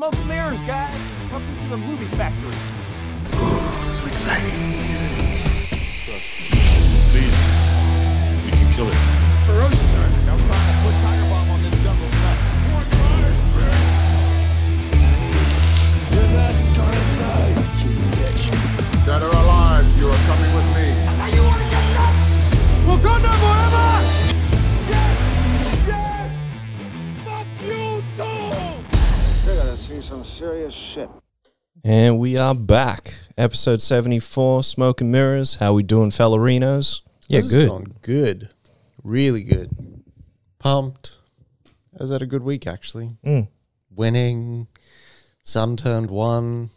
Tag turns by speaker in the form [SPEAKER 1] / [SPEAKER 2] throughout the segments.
[SPEAKER 1] Smoke some mirrors, guys. Welcome to the movie factory.
[SPEAKER 2] Some exciting
[SPEAKER 3] We can kill it.
[SPEAKER 1] Ferocious urgent. I'm trying to put tire bomb on this jungle nut.
[SPEAKER 4] Dead or alive, you are coming with me.
[SPEAKER 1] Wakanda forever! Yes! Yes! Fuck you, too!
[SPEAKER 4] You're gonna see some serious shit.
[SPEAKER 5] And we are back. Episode 74, Smoke and Mirrors. How we doing, fellerinos?
[SPEAKER 6] Yeah,
[SPEAKER 2] This is
[SPEAKER 6] good.
[SPEAKER 2] going good. Really good. Pumped. I was had a good week actually. Winning. Sun turned one.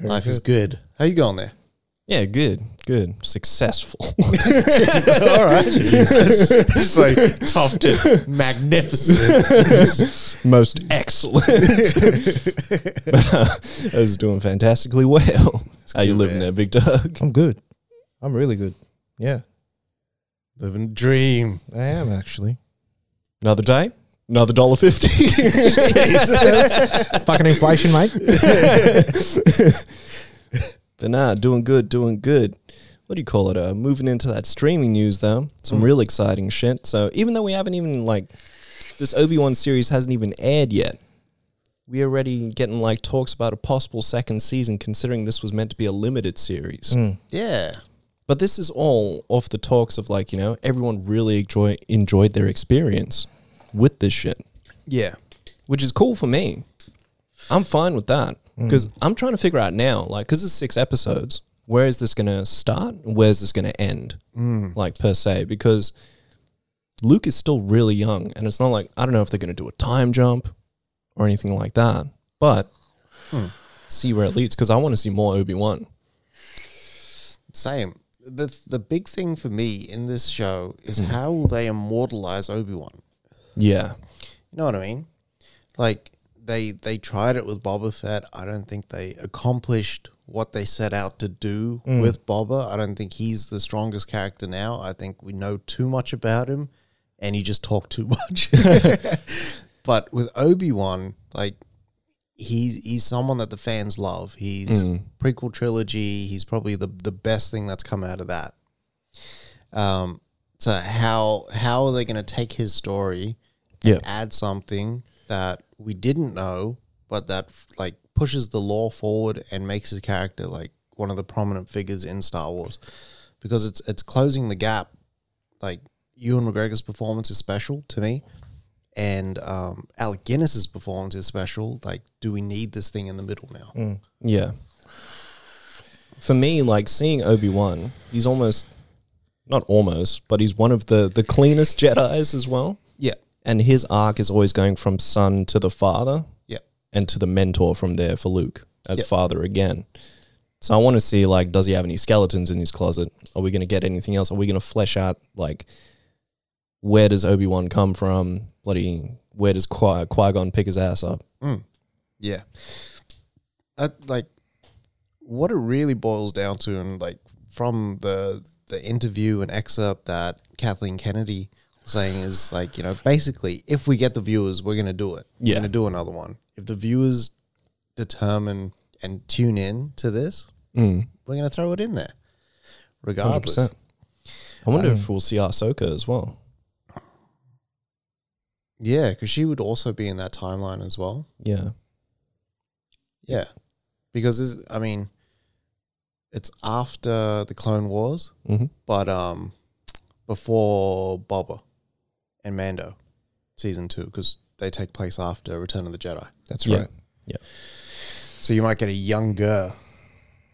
[SPEAKER 2] Life is good. How you going there?
[SPEAKER 5] Yeah, good. Good. Successful.
[SPEAKER 2] All right. it's like topped it. Magnificent.
[SPEAKER 5] Most excellent. I was doing fantastically well. How you
[SPEAKER 2] good,
[SPEAKER 5] living
[SPEAKER 2] man.
[SPEAKER 5] there, big dog?
[SPEAKER 6] I'm good. I'm really good. Yeah,
[SPEAKER 2] Living the dream.
[SPEAKER 6] I am actually.
[SPEAKER 5] Another day? Another dollar fifty.
[SPEAKER 6] Fucking inflation, mate.
[SPEAKER 5] But nah, doing good, doing good. What do you call it? Uh, moving into that streaming news though, some
[SPEAKER 6] Mm.
[SPEAKER 5] real exciting shit. So even though we haven't even like this Obi Wan series hasn't even aired yet, we already getting like talks about a possible second season. Considering this was meant to be a limited series,
[SPEAKER 6] Mm.
[SPEAKER 2] Yeah.
[SPEAKER 5] but this is all off the talks of like you know everyone really enjoy, enjoyed their experience with this shit
[SPEAKER 2] Yeah.
[SPEAKER 5] which is cool for me. I'm fine with that because I'm trying to figure out now, like, because it's six episodes, where is this going to start? and Where is this going to end? Like, per se, because Luke is still really young, and it's not like, I don't know if they're going to do a time jump or anything like that, but Hmm. see where it leads because I want to see more Obi Wan.
[SPEAKER 2] Same. The the big thing for me in this show is how will they immortalize Obi Wan?
[SPEAKER 5] Yeah.
[SPEAKER 2] You know what I mean? Like they they tried it with Boba Fett. I don't think they accomplished what they set out to do with Boba. I don't think he's the strongest character now. I think we know too much about him and he just talked too much. but with Obi-Wan, like he's he's someone that the fans love. He's prequel trilogy. He's probably the the best thing that's come out of that. Um so how how are they going to take his story
[SPEAKER 5] Yeah.
[SPEAKER 2] add something that we didn't know, but that like pushes the law forward and makes his character like one of the prominent figures in Star Wars, because it's it's closing the gap. Like Ewan McGregor's performance is special to me, and um, Alec Guinness's performance is special. Like, do we need this thing in the middle now?
[SPEAKER 5] Yeah. For me, like seeing Obi Wan, he's almost not almost, but he's one of the the cleanest Jedi's as well.
[SPEAKER 2] Yeah,
[SPEAKER 5] And his arc is always going from son to the father
[SPEAKER 2] yeah,
[SPEAKER 5] and to the mentor from there for Luke as
[SPEAKER 2] Yep.
[SPEAKER 5] father again. So I want to see like, does he have any skeletons in his closet? Are we going to get anything else? Are we going to flesh out like, where does Obi Wan come from? Bloody, where does Qui Gon pick his ass up?
[SPEAKER 2] yeah. That like what it really boils down to, and like from the the interview and excerpt that Kathleen Kennedy was saying is like you know basically if we get the viewers, we're gonna do it.
[SPEAKER 5] Yeah.
[SPEAKER 2] we're gonna do another one. If the viewers determine and tune in to this,
[SPEAKER 5] Hmm.
[SPEAKER 2] we're gonna throw it in there, regardless.
[SPEAKER 5] 100%. I wonder if we'll see Ahsoka as well.
[SPEAKER 2] Yeah, because she would also be in that timeline as well.
[SPEAKER 5] Yeah.
[SPEAKER 2] Yeah, because this, I mean, it's after the Clone Wars,
[SPEAKER 5] Mm-hmm.
[SPEAKER 2] but um, before Boba and Mando, season two, because they take place after Return of the Jedi.
[SPEAKER 6] That's
[SPEAKER 5] Yeah.
[SPEAKER 6] right.
[SPEAKER 5] Yeah.
[SPEAKER 2] So you might get a younger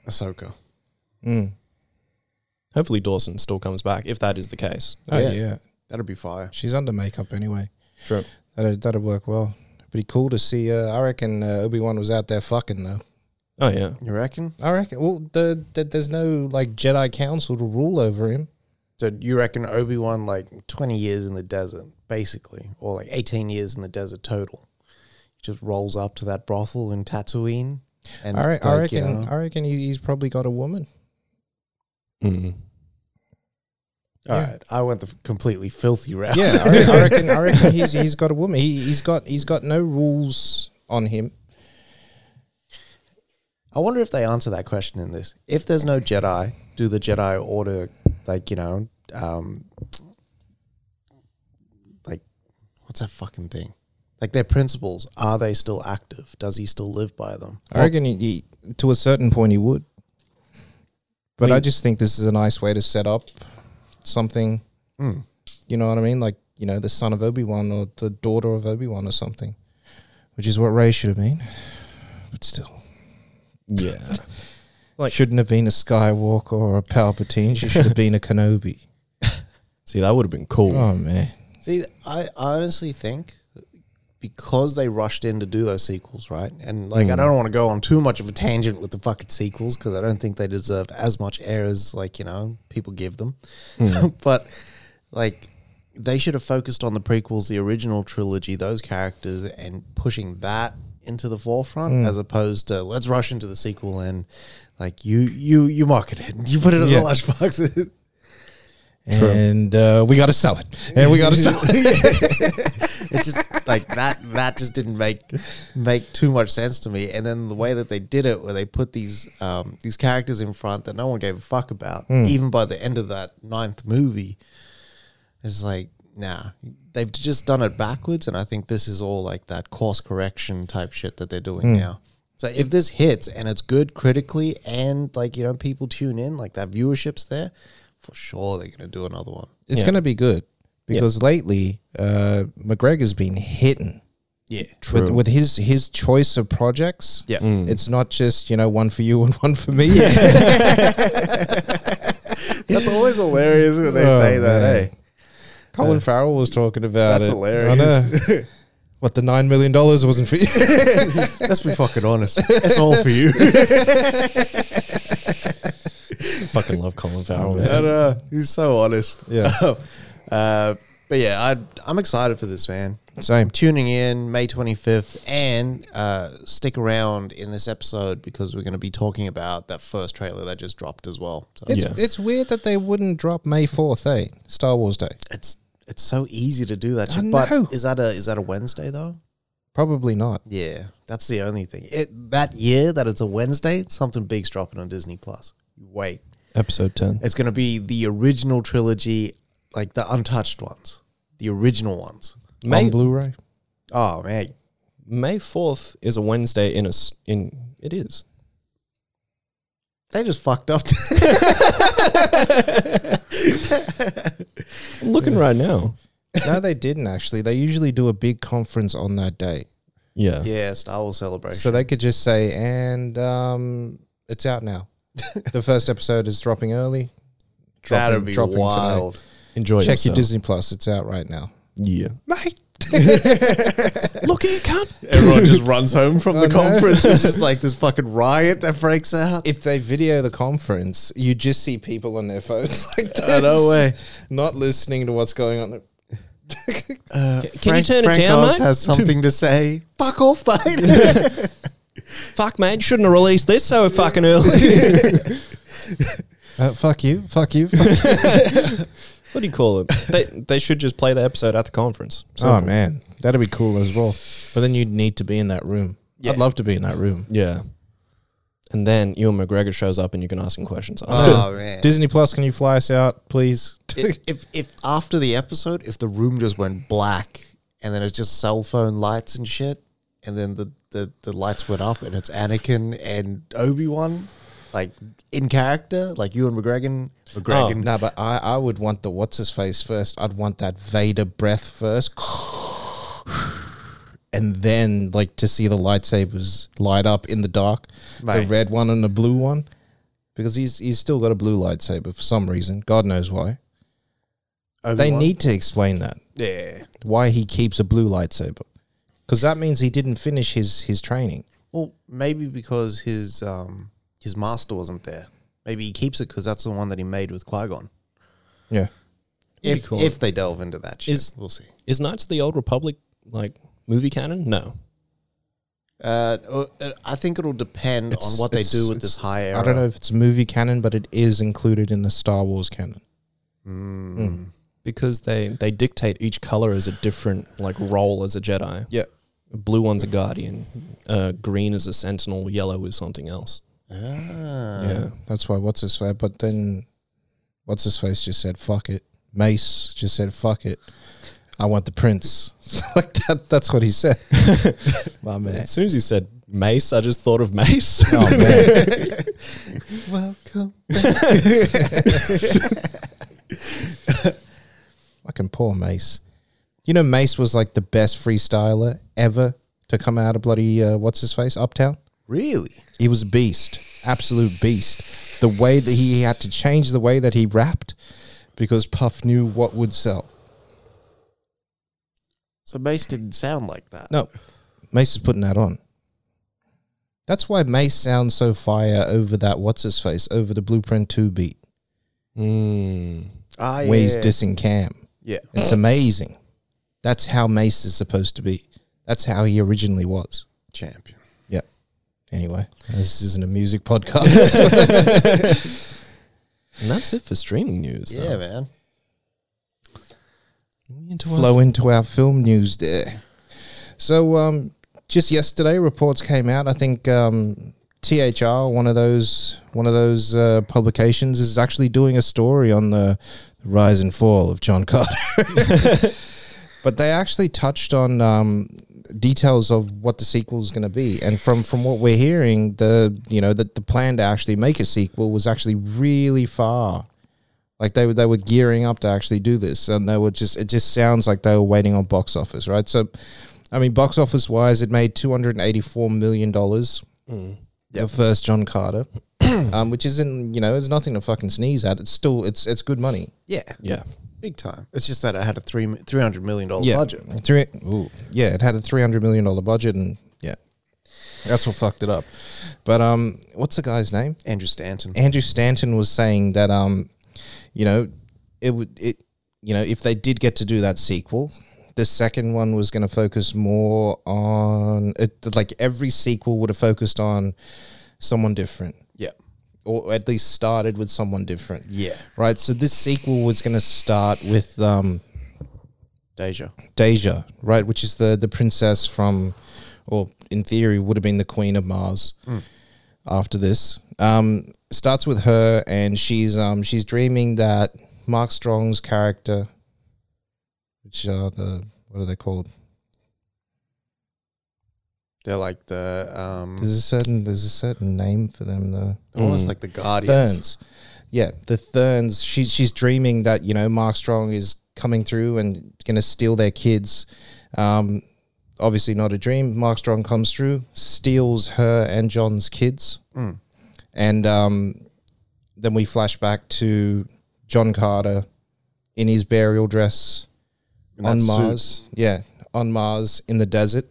[SPEAKER 2] Ahsoka.
[SPEAKER 6] Mm.
[SPEAKER 5] Hopefully Dawson still comes back if that is the case.
[SPEAKER 6] Oh
[SPEAKER 2] Yeah.
[SPEAKER 6] yeah.
[SPEAKER 2] That'd be fire.
[SPEAKER 6] she's under makeup anyway.
[SPEAKER 5] True.
[SPEAKER 6] That'd that'd work well. Be cool to see. Uh, I reckon uh, Obi Wan was out there fucking though.
[SPEAKER 5] Oh yeah.
[SPEAKER 2] You reckon?
[SPEAKER 6] I reckon. Well, the, the, there's no like Jedi Council to rule over him.
[SPEAKER 2] So you reckon Obi Wan like twenty years in the desert, basically, or like eighteen years in the desert total? He just rolls up to that brothel in Tatooine, and
[SPEAKER 6] I, re- I
[SPEAKER 2] like, you
[SPEAKER 6] reckon.
[SPEAKER 2] know-
[SPEAKER 6] I reckon he, he's probably got a woman.
[SPEAKER 5] Mm.
[SPEAKER 2] All
[SPEAKER 6] Yeah.
[SPEAKER 2] right, I went the f- completely filthy route.
[SPEAKER 6] Yeah, I, re- I reckon. I reckon he's he's got a woman. He he's got he's got no rules on him.
[SPEAKER 2] I wonder if they answer that question in this. If there's no Jedi, do the Jedi order like you know, um, like what's that fucking thing? Like their principles are they still active? Does he still live by them?
[SPEAKER 6] I reckon he, he, to a certain point he would. But I just think this is a nice way to set up something. You know what I mean? Like you know, the son of Obi Wan or the daughter of Obi Wan or something, which is what Ray should have been. But still,
[SPEAKER 5] Yeah. Like-
[SPEAKER 6] shouldn't have been a Skywalker or a Palpatine. She should have been a Kenobi.
[SPEAKER 5] See, that would have been cool.
[SPEAKER 6] Oh man,
[SPEAKER 2] See, I honestly think because they rushed in to do those sequels, right? And like, I don't want to go on too much of a tangent with the fucking sequels because I don't think they deserve as much air as like you know people give them. but like, they should have focused on the prequels, the original trilogy, those characters, and pushing that into the forefront as opposed to let's rush into the sequel and like you you you market it, you put it in
[SPEAKER 6] Yeah.
[SPEAKER 2] the lunchbox.
[SPEAKER 6] and uh, we got to sell it, and we got to sell it.
[SPEAKER 2] it just like that that just didn't make make too much sense to me and then the way that they did it where they put these um these characters in front that no one gave a fuck about
[SPEAKER 6] Hmm.
[SPEAKER 2] even by the end of that ninth movie it's like nah they've just done it backwards and i think this is all like that course correction type shit that they're
[SPEAKER 6] Hmm.
[SPEAKER 2] doing now so if this hits and it's good critically and like you know people tune in like that viewership's there for sure they're gonna do another one
[SPEAKER 6] It's gonna be good because lately uh, McGregor's been hitting.
[SPEAKER 2] yeah
[SPEAKER 6] with, with his his choice of projects.
[SPEAKER 2] Yeah. Mm.
[SPEAKER 6] it's not just you know one for you and one for me.
[SPEAKER 2] That's always hilarious when they
[SPEAKER 6] Oh,
[SPEAKER 2] say that,
[SPEAKER 6] man.
[SPEAKER 2] eh?
[SPEAKER 6] Colin Farrell was talking about
[SPEAKER 2] That's
[SPEAKER 6] it.
[SPEAKER 2] hilarious.
[SPEAKER 6] I know. What the nine million dollars wasn't for you?
[SPEAKER 2] Let's be fucking honest. That's all for you.
[SPEAKER 5] Fucking love Colin Farrell. man.
[SPEAKER 2] And, uh, he's so honest.
[SPEAKER 6] Yeah.
[SPEAKER 2] uh, but yeah, I, I'm excited for this, man.
[SPEAKER 6] Same.
[SPEAKER 2] Tuning in May 25th and uh, stick around in this episode because we're going to be talking about that first trailer that just dropped as well. So
[SPEAKER 6] It's
[SPEAKER 5] Yeah.
[SPEAKER 6] it's weird that they wouldn't drop May fourth, eh? Star Wars Day.
[SPEAKER 2] it's it's so easy to do that.
[SPEAKER 6] I
[SPEAKER 2] but
[SPEAKER 6] know.
[SPEAKER 2] is that a is that a Wednesday though?
[SPEAKER 6] Probably not.
[SPEAKER 2] Yeah, that's the only thing. It that year that it's a Wednesday, something big's dropping on Disney Plus. Wait,
[SPEAKER 5] Episode ten.
[SPEAKER 2] It's going to be the original trilogy, like the untouched ones, the original ones.
[SPEAKER 5] May
[SPEAKER 6] On Blu-ray.
[SPEAKER 2] Oh man,
[SPEAKER 5] May fourth is a Wednesday in a s- in it is.
[SPEAKER 2] they just fucked up.
[SPEAKER 5] I'm looking right now.
[SPEAKER 6] no, they didn't actually. They usually do a big conference on that day,
[SPEAKER 5] Yeah.
[SPEAKER 2] yeah, Star Wars Celebration.
[SPEAKER 6] so they could just say, "And um, it's out now." the first episode is dropping early.
[SPEAKER 2] That'd
[SPEAKER 6] dropping-
[SPEAKER 2] be
[SPEAKER 6] dropping today.
[SPEAKER 2] wild.
[SPEAKER 5] Enjoy
[SPEAKER 6] Check your
[SPEAKER 5] yourself.
[SPEAKER 6] Disney Plus. It's out right now.
[SPEAKER 5] Yeah.
[SPEAKER 6] Mate.
[SPEAKER 5] Look at you, cunt.
[SPEAKER 2] Everyone just runs home from the
[SPEAKER 6] no.
[SPEAKER 2] conference. It's just like this fucking riot that breaks out.
[SPEAKER 6] If they video the conference, you just see people on their phones like this.
[SPEAKER 2] Oh, no way.
[SPEAKER 6] Not listening to what's going on.
[SPEAKER 5] Can you turn it down,
[SPEAKER 2] Uh, Oz
[SPEAKER 5] mate?
[SPEAKER 2] has something to say. Fuck off, mate.
[SPEAKER 5] Fuck, mate. you Shouldn't have released this so fucking early.
[SPEAKER 6] Uh, fuck you. Fuck you. Fuck you.
[SPEAKER 5] what do you call it? They, they should just play the episode at the conference. So,
[SPEAKER 6] oh, man. That'd be cool as well. But then you'd need to be in that room. I'd love to be in that room.
[SPEAKER 5] Yeah. And then Ewan McGregor shows up and you can ask him questions.
[SPEAKER 6] Uh,
[SPEAKER 2] oh man.
[SPEAKER 6] Disney Plus, can you fly us out, please?
[SPEAKER 2] if, if if after the episode, if the room just went black and then it's just cell phone lights and shit, and then the the, the lights went up and it's Anakin and Obi Wan, like in character, like you and McGregor,
[SPEAKER 1] Oh,
[SPEAKER 2] McGregor.
[SPEAKER 6] No, but I, I would want the what's his face first. I'd want that Vader breath first. And then, like, to see the lightsabers light up in the dark, the
[SPEAKER 2] Right.
[SPEAKER 6] red one and the blue one, because he's he's still got a blue lightsaber for some reason. God knows why. They
[SPEAKER 2] Obi-Wan.
[SPEAKER 6] need to explain that
[SPEAKER 2] yeah.
[SPEAKER 6] why he keeps a blue lightsaber because that means he didn't finish his his training.
[SPEAKER 1] Well, maybe because his um his master wasn't there. Maybe he keeps it because that's the one that he made with Qui Gon.
[SPEAKER 6] Yeah,
[SPEAKER 5] That'd be
[SPEAKER 1] If
[SPEAKER 5] cool.
[SPEAKER 1] if they delve into that, shit,
[SPEAKER 5] Is-
[SPEAKER 1] we'll see.
[SPEAKER 5] Is Knights of the Old Republic like movie canon? No.
[SPEAKER 1] Uh, uh, I think it'll depend
[SPEAKER 6] It's-
[SPEAKER 1] on what they
[SPEAKER 6] it's-
[SPEAKER 1] do with
[SPEAKER 6] it's-
[SPEAKER 1] this high era.
[SPEAKER 6] I don't know if it's movie canon, but it is included in the Star Wars canon.
[SPEAKER 5] Because they, they dictate each color as a different like role as a Jedi.
[SPEAKER 6] Yeah,
[SPEAKER 5] Blue one's a guardian, uh, green is a sentinel, yellow is something else.
[SPEAKER 6] yeah. That's why what's his face. But then, what's his face just said fuck it. Mace just said fuck it. I want the prince. So, like that. That's what he said. My man.
[SPEAKER 5] As soon as you said mace, I just thought of mace.
[SPEAKER 6] Oh man.
[SPEAKER 1] Welcome.
[SPEAKER 6] Fucking poor Mace. You know, Mace was like the best freestyler ever to come out of bloody uh, what's his face Uptown.
[SPEAKER 1] Really?
[SPEAKER 6] He was a beast, absolute beast. The way that he had to change the way that he rapped because Puff knew what would sell.
[SPEAKER 1] So Mace didn't sound like that.
[SPEAKER 6] No, Mace is putting that on. That's why Mace sounds so fire over that what's his face over the Blueprint Two beat
[SPEAKER 5] Mm.
[SPEAKER 1] Ah,
[SPEAKER 6] where he's
[SPEAKER 1] yeah.
[SPEAKER 6] dissing Cam.
[SPEAKER 1] yeah.
[SPEAKER 6] It's amazing. That's how Mace is supposed to be. That's how he originally was.
[SPEAKER 1] champion.
[SPEAKER 6] Yeah. Anyway, this isn't a music podcast.
[SPEAKER 5] And that's it for streaming news.
[SPEAKER 1] Yeah, man.
[SPEAKER 6] Flow into our film news there. So, um, just yesterday, reports came out. I think um, THR, one of those one of those uh, publications, is actually doing a story on the rise and fall of John Carter. but they actually touched on um, details of what the sequel is going to be, and from from what we're hearing, the you know that the plan to actually make a sequel was actually really far. Like they were they were gearing up to actually do this, and they were just it just sounds like they were waiting on box office, right? So, I mean, box office wise, it made two hundred and eighty four million dollars. The first John Carter, um, which isn't you know it's nothing to fucking sneeze at. It's still it's it's good money.
[SPEAKER 1] Yeah,
[SPEAKER 5] Yeah.
[SPEAKER 1] big time. It's just that I had a three three hundred million dollar
[SPEAKER 6] yeah.
[SPEAKER 1] budget.
[SPEAKER 6] Three, ooh, yeah, it had a three hundred million dollar budget, and yeah, that's what fucked it up. But um, what's the guy's name?
[SPEAKER 1] Andrew Stanton.
[SPEAKER 6] Andrew Stanton was saying that um, you know, it would it you know if they did get to do that sequel, the second one was going to focus more on it, like every sequel would have focused on someone different
[SPEAKER 1] yeah,
[SPEAKER 6] or at least started with someone different.
[SPEAKER 1] Yeah.
[SPEAKER 6] Right. So this sequel was going to start with um
[SPEAKER 1] Deja.
[SPEAKER 6] Deja, right, which is the the princess from, or in theory would have been the queen of Mars. After this, um, starts with her, and she's um she's dreaming that Mark Strong's character, which are the what are they called?
[SPEAKER 1] They're like the um,
[SPEAKER 2] Hmm.
[SPEAKER 6] There's a certain there's a certain name for them though.
[SPEAKER 1] almost like the guardians.
[SPEAKER 6] Therns. Yeah, the Therns. She's she's dreaming that you know Mark Strong is coming through and going to steal their kids. Um, obviously not a dream. Mark Strong comes through, steals her and John's kids, and um, then we flash back to John Carter in his burial dress
[SPEAKER 1] In that
[SPEAKER 6] on
[SPEAKER 1] suit.
[SPEAKER 6] Mars. Yeah, on Mars in the desert.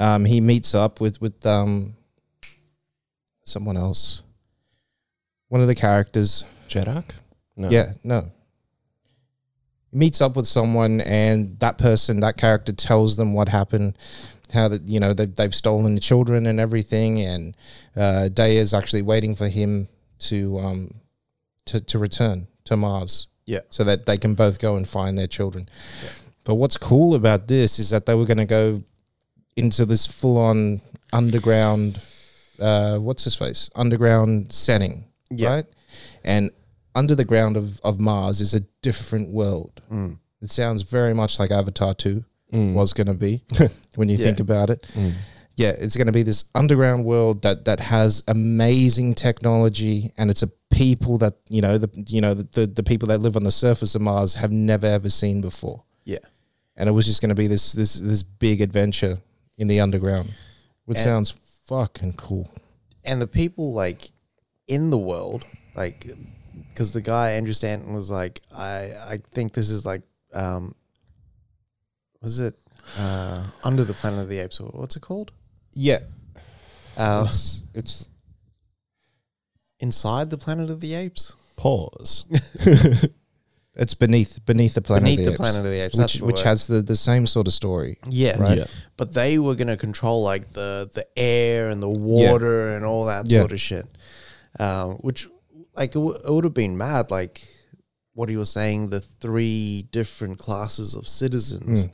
[SPEAKER 6] Um, he meets up with with um, someone else, one of the characters.
[SPEAKER 5] Jeddak? No.
[SPEAKER 6] Yeah, no. He meets up with someone, and that person, that character, tells them what happened, how that you know they, they've stolen the children and everything, and uh, Day is actually waiting for him to um to to return to Mars
[SPEAKER 1] Yeah,
[SPEAKER 6] so that they can both go and find their children. But what's cool about this is that they were going to go into this full on underground, uh, what's his face? Underground setting,
[SPEAKER 1] Yeah.
[SPEAKER 6] right? And under the ground of, of Mars is a different world. It sounds very much like Avatar 2 was going to be when you think about it. Yeah, it's going to be this underground world that that has amazing technology, and it's a people that you know the you know the, the, the people that live on the surface of Mars have never ever seen before,
[SPEAKER 1] yeah.
[SPEAKER 6] and it was just going to be this this this big adventure in the underground, which sounds fucking cool.
[SPEAKER 1] And the people like in the world, like, because the guy Andrew Stanton was like, I I think this is like um, was it
[SPEAKER 2] uh, Under the Planet of the Apes. or What's it called?
[SPEAKER 6] Yeah.
[SPEAKER 2] Uh,
[SPEAKER 6] It's, it's
[SPEAKER 2] Inside the Planet of the Apes.
[SPEAKER 5] Pause.
[SPEAKER 6] it's beneath beneath the planet
[SPEAKER 2] Beneath
[SPEAKER 6] of
[SPEAKER 2] the
[SPEAKER 6] the, Apes,
[SPEAKER 2] Planet of the Apes,
[SPEAKER 6] which
[SPEAKER 2] that's the
[SPEAKER 6] which
[SPEAKER 2] word.
[SPEAKER 6] has the, the same sort of story.
[SPEAKER 2] Yeah,
[SPEAKER 6] Right.
[SPEAKER 5] Yeah.
[SPEAKER 2] but they were going to control like the the air and the water and all that
[SPEAKER 6] Yeah.
[SPEAKER 2] sort of shit. Um, which like it, w- it would have been mad. Like what he was saying, the three different classes of citizens
[SPEAKER 6] Hmm.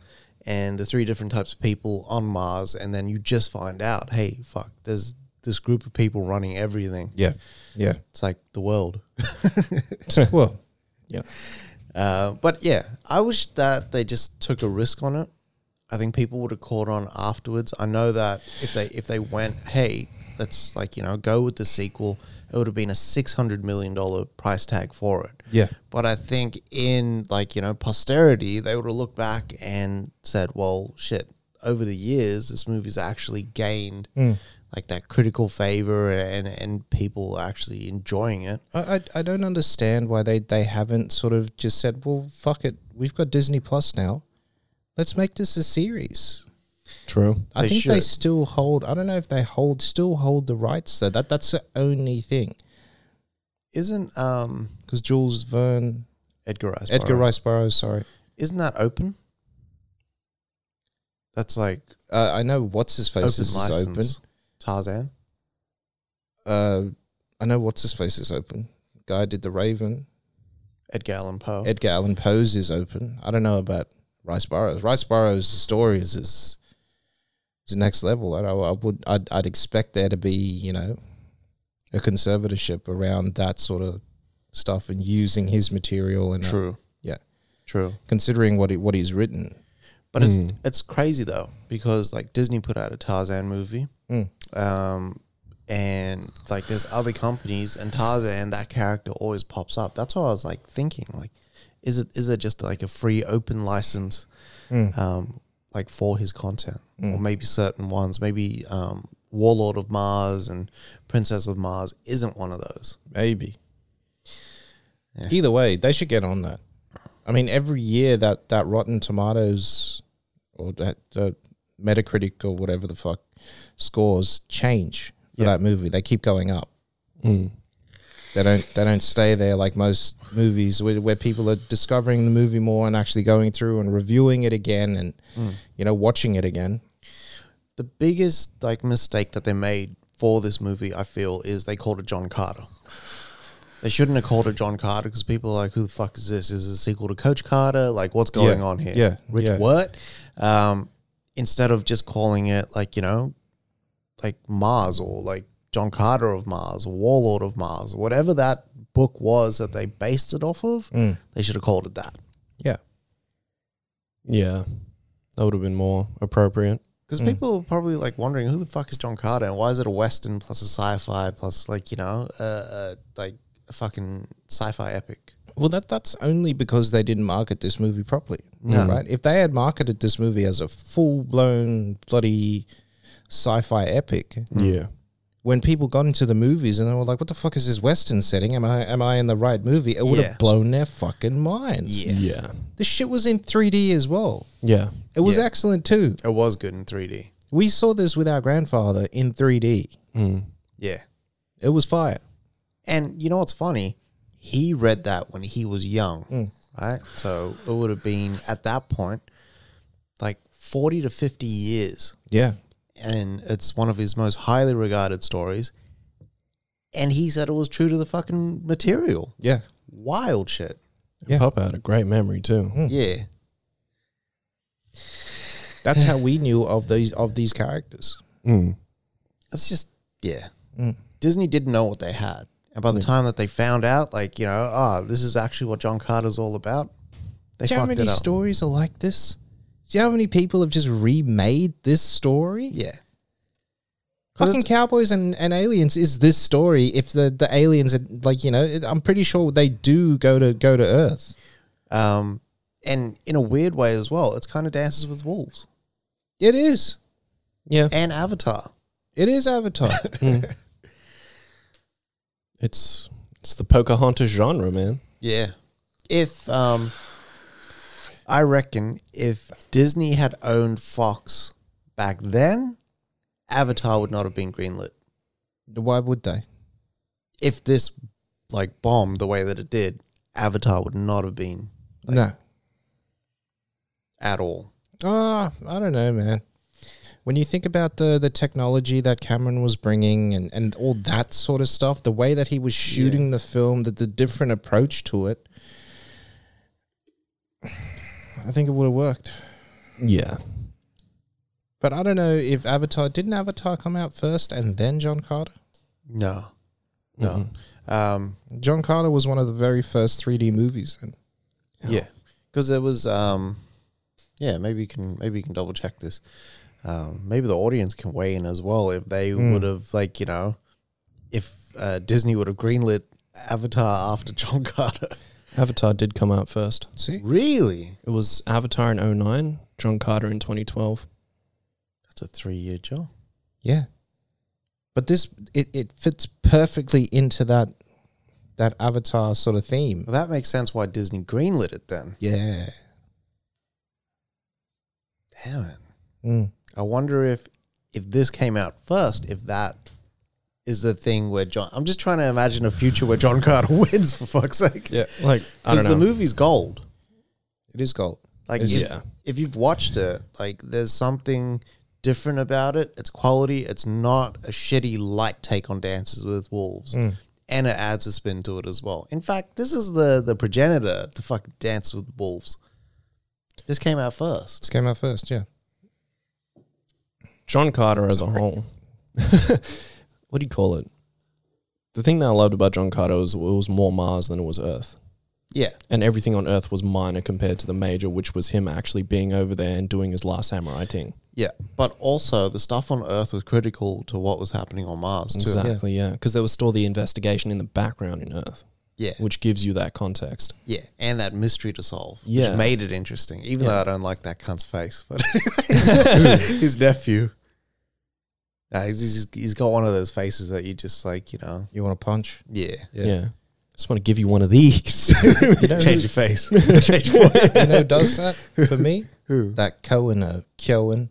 [SPEAKER 2] and the three different types of people on Mars, and then you just find out, hey, fuck, there's this group of people running everything.
[SPEAKER 6] Yeah, yeah.
[SPEAKER 2] It's like the world.
[SPEAKER 6] well,
[SPEAKER 5] Yeah.
[SPEAKER 2] Uh, but yeah, I wish that they just took a risk on it. I think people would have caught on afterwards. I know that if they if they went, hey, let's like you know go with the sequel, it would have been a six hundred million dollar price tag for it.
[SPEAKER 6] Yeah.
[SPEAKER 2] But I think in like you know posterity, they would have looked back and said, well, shit. Over the years, this movie's actually gained like that critical favor and and people actually enjoying it.
[SPEAKER 6] I, I I don't understand why they they haven't sort of just said, well, fuck it, we've got Disney Plus now, let's make this a series.
[SPEAKER 5] True.
[SPEAKER 6] I
[SPEAKER 2] They
[SPEAKER 6] think they
[SPEAKER 2] should.
[SPEAKER 6] still hold. I don't know if they hold still hold the rights though. That that's the only thing
[SPEAKER 2] Isn't um
[SPEAKER 6] because Jules Verne,
[SPEAKER 2] Edgar Rice
[SPEAKER 6] Edgar
[SPEAKER 2] Burroughs-
[SPEAKER 6] Rice Burroughs, sorry.
[SPEAKER 2] Isn't that open? That's like
[SPEAKER 6] Uh, I know what's his face
[SPEAKER 2] open
[SPEAKER 6] is open.
[SPEAKER 2] license. Tarzan.
[SPEAKER 6] Uh, I know what's his face is open. Guy did the Raven.
[SPEAKER 2] Edgar Allan Poe.
[SPEAKER 6] Edgar Allan Poe's is open. I don't know about Rice Burroughs. Rice Burroughs' story is is, is next level. I, I would I'd, I'd expect there to be you know a conservatorship around that sort of stuff and using his material and uh,
[SPEAKER 2] True.
[SPEAKER 6] yeah,
[SPEAKER 2] True.
[SPEAKER 6] considering what he, what he's written.
[SPEAKER 2] But it's it's crazy though because like Disney put out a Tarzan movie, um, and like there's other companies and Tarzan that character always pops up. That's what I was like thinking like, is it is it just like a free open license, um, like for his content or maybe certain ones maybe um, Warlord of Mars and Princess of Mars isn't one of those.
[SPEAKER 6] Maybe. Either way, they should get on that. I mean, every year that that Rotten Tomatoes or that uh, Metacritic or whatever the fuck scores change for that movie. They keep going up. They don't. They don't stay there like most movies, where, where people are discovering the movie more and actually going through and reviewing it again, and you know, watching it again.
[SPEAKER 2] the biggest like mistake that they made for this movie, I feel, is they called it John Carter. They shouldn't have called it John Carter because people are like, "Who the fuck is this? Is this a sequel to Coach Carter? Like, what's going
[SPEAKER 6] Yeah,
[SPEAKER 2] on here?
[SPEAKER 6] yeah,
[SPEAKER 2] Rich
[SPEAKER 6] yeah.
[SPEAKER 2] what?" Um, instead of just calling it like you know, like Mars or like John Carter of Mars or Warlord of Mars or whatever that book was that they based it off of,
[SPEAKER 6] Mm.
[SPEAKER 2] they should have called it that.
[SPEAKER 6] Yeah,
[SPEAKER 5] Yeah. That would have been more appropriate.
[SPEAKER 2] Because people are probably like wondering who the fuck is John Carter and why is it a Western plus a sci-fi plus like you know uh, uh, like a fucking sci-fi epic.
[SPEAKER 6] Well, that that's only because they didn't market this movie properly, right? If they had marketed this movie as a full blown bloody sci-fi epic,
[SPEAKER 5] Yeah.
[SPEAKER 6] when people got into the movies and they were like, "What the fuck is this Western setting? Am I am I in the right movie?" It would
[SPEAKER 2] Yeah.
[SPEAKER 6] have blown their fucking minds.
[SPEAKER 5] Yeah.
[SPEAKER 6] This shit was in 3D as well.
[SPEAKER 5] Yeah.
[SPEAKER 6] It was
[SPEAKER 2] Yeah.
[SPEAKER 6] excellent too.
[SPEAKER 2] It was good in 3D.
[SPEAKER 6] We saw this with our grandfather in 3D.
[SPEAKER 2] Yeah,
[SPEAKER 6] It was fire.
[SPEAKER 2] and you know what's funny? He read that when he was young, right? So it would have been at that point like forty to fifty years,
[SPEAKER 6] Yeah.
[SPEAKER 2] and it's one of his most highly regarded stories. And he said it was true to the fucking material.
[SPEAKER 6] Yeah.
[SPEAKER 2] Wild shit.
[SPEAKER 6] Yeah. Hmm.
[SPEAKER 5] Pop had a great memory too.
[SPEAKER 2] Yeah.
[SPEAKER 6] That's how we knew of these of these characters.
[SPEAKER 2] It's just yeah. Disney didn't know what they had, and by the time that they found out, like you know, ah, this is actually what John Carter's all about. They
[SPEAKER 6] Do you know how
[SPEAKER 2] fucked
[SPEAKER 6] many
[SPEAKER 2] it up.
[SPEAKER 6] stories are like this? Do you know how many people have just remade this story?
[SPEAKER 2] yeah,
[SPEAKER 6] Fucking Cowboys and, and Aliens is this story. If the, the aliens are like, you know, it- I'm pretty sure they do go to go to Earth.
[SPEAKER 2] um, and in a weird way as well, it's kind of Dances with Wolves
[SPEAKER 6] It is.
[SPEAKER 5] Yeah.
[SPEAKER 2] and Avatar.
[SPEAKER 6] It is Avatar.
[SPEAKER 5] It's it's the Pocahontas genre, man.
[SPEAKER 2] Yeah, if um, I reckon if Disney had owned Fox back then, Avatar would not have been greenlit.
[SPEAKER 6] Why would they?
[SPEAKER 2] If this like bombed the way that it did, Avatar would not have been
[SPEAKER 6] no.
[SPEAKER 2] at all.
[SPEAKER 6] Ah, I don't know, man. When you think about the the technology that Cameron was bringing and and all that sort of stuff, the way that he was shooting the film, that the different approach to it, I think it would have worked.
[SPEAKER 5] Yeah.
[SPEAKER 6] But I don't know if Avatar didn't Avatar come out first and then John Carter.
[SPEAKER 2] No, no. Um,
[SPEAKER 6] John Carter was one of the very first 3D movies. Then
[SPEAKER 2] Yeah, because there was. Um, yeah, maybe you can maybe you can double check this. Um, maybe the audience can weigh in as well if they would have like you know, if uh, Disney would have greenlit Avatar after John Carter.
[SPEAKER 5] Avatar did come out first.
[SPEAKER 6] see,
[SPEAKER 2] really,
[SPEAKER 5] It was Avatar in 09, John Carter in 2012.
[SPEAKER 2] that's a three-year job.
[SPEAKER 6] yeah. But this it, it fits perfectly into that that Avatar sort of theme.
[SPEAKER 2] Well, that makes sense why Disney greenlit it then.
[SPEAKER 6] Yeah.
[SPEAKER 2] Damn it!
[SPEAKER 6] Mm.
[SPEAKER 2] I wonder if if this came out first, if that is the thing where John. I'm just trying to imagine a future where John Carter wins for fuck's sake.
[SPEAKER 6] Yeah.
[SPEAKER 5] Like, uh, I don't
[SPEAKER 2] because
[SPEAKER 5] know.
[SPEAKER 2] the movie's gold.
[SPEAKER 6] It is gold.
[SPEAKER 2] Like if,
[SPEAKER 5] It's- Yeah.
[SPEAKER 2] if you've watched it, like there's something different about it. It's quality. It's not a shitty light take on Dances with Wolves.
[SPEAKER 5] Hmm.
[SPEAKER 2] And it adds a spin to it as well. In fact, this is the the progenitor to fucking Dance with Wolves. This came out first.
[SPEAKER 6] This came out first, yeah.
[SPEAKER 5] John Carter as a whole. what do you call it? The thing that I loved about John Carter was it was more Mars than it was Earth.
[SPEAKER 2] Yeah.
[SPEAKER 5] And everything on Earth was minor compared to the major, which was him actually being over there and doing his last samurai thing.
[SPEAKER 2] Yeah. But also the stuff on Earth was critical to what was happening on Mars too.
[SPEAKER 5] Exactly, yeah. Because there was still the investigation in the background in Earth,
[SPEAKER 2] Yeah.
[SPEAKER 5] which gives you that context.
[SPEAKER 2] Yeah. And that mystery to solve.
[SPEAKER 5] Yeah.
[SPEAKER 2] Which made it interesting. Even
[SPEAKER 5] Yeah.
[SPEAKER 2] though I don't like that cunt's face. But anyways, his nephew. Nah, he's, he's, he's got one of those faces that you just like, you know.
[SPEAKER 6] You want to punch?
[SPEAKER 2] Yeah.
[SPEAKER 5] Yeah. Just want to give you one of these.
[SPEAKER 2] Change your face. Change your voice.
[SPEAKER 6] You know who does that for me? Who? That Cohen, uh, Cohen.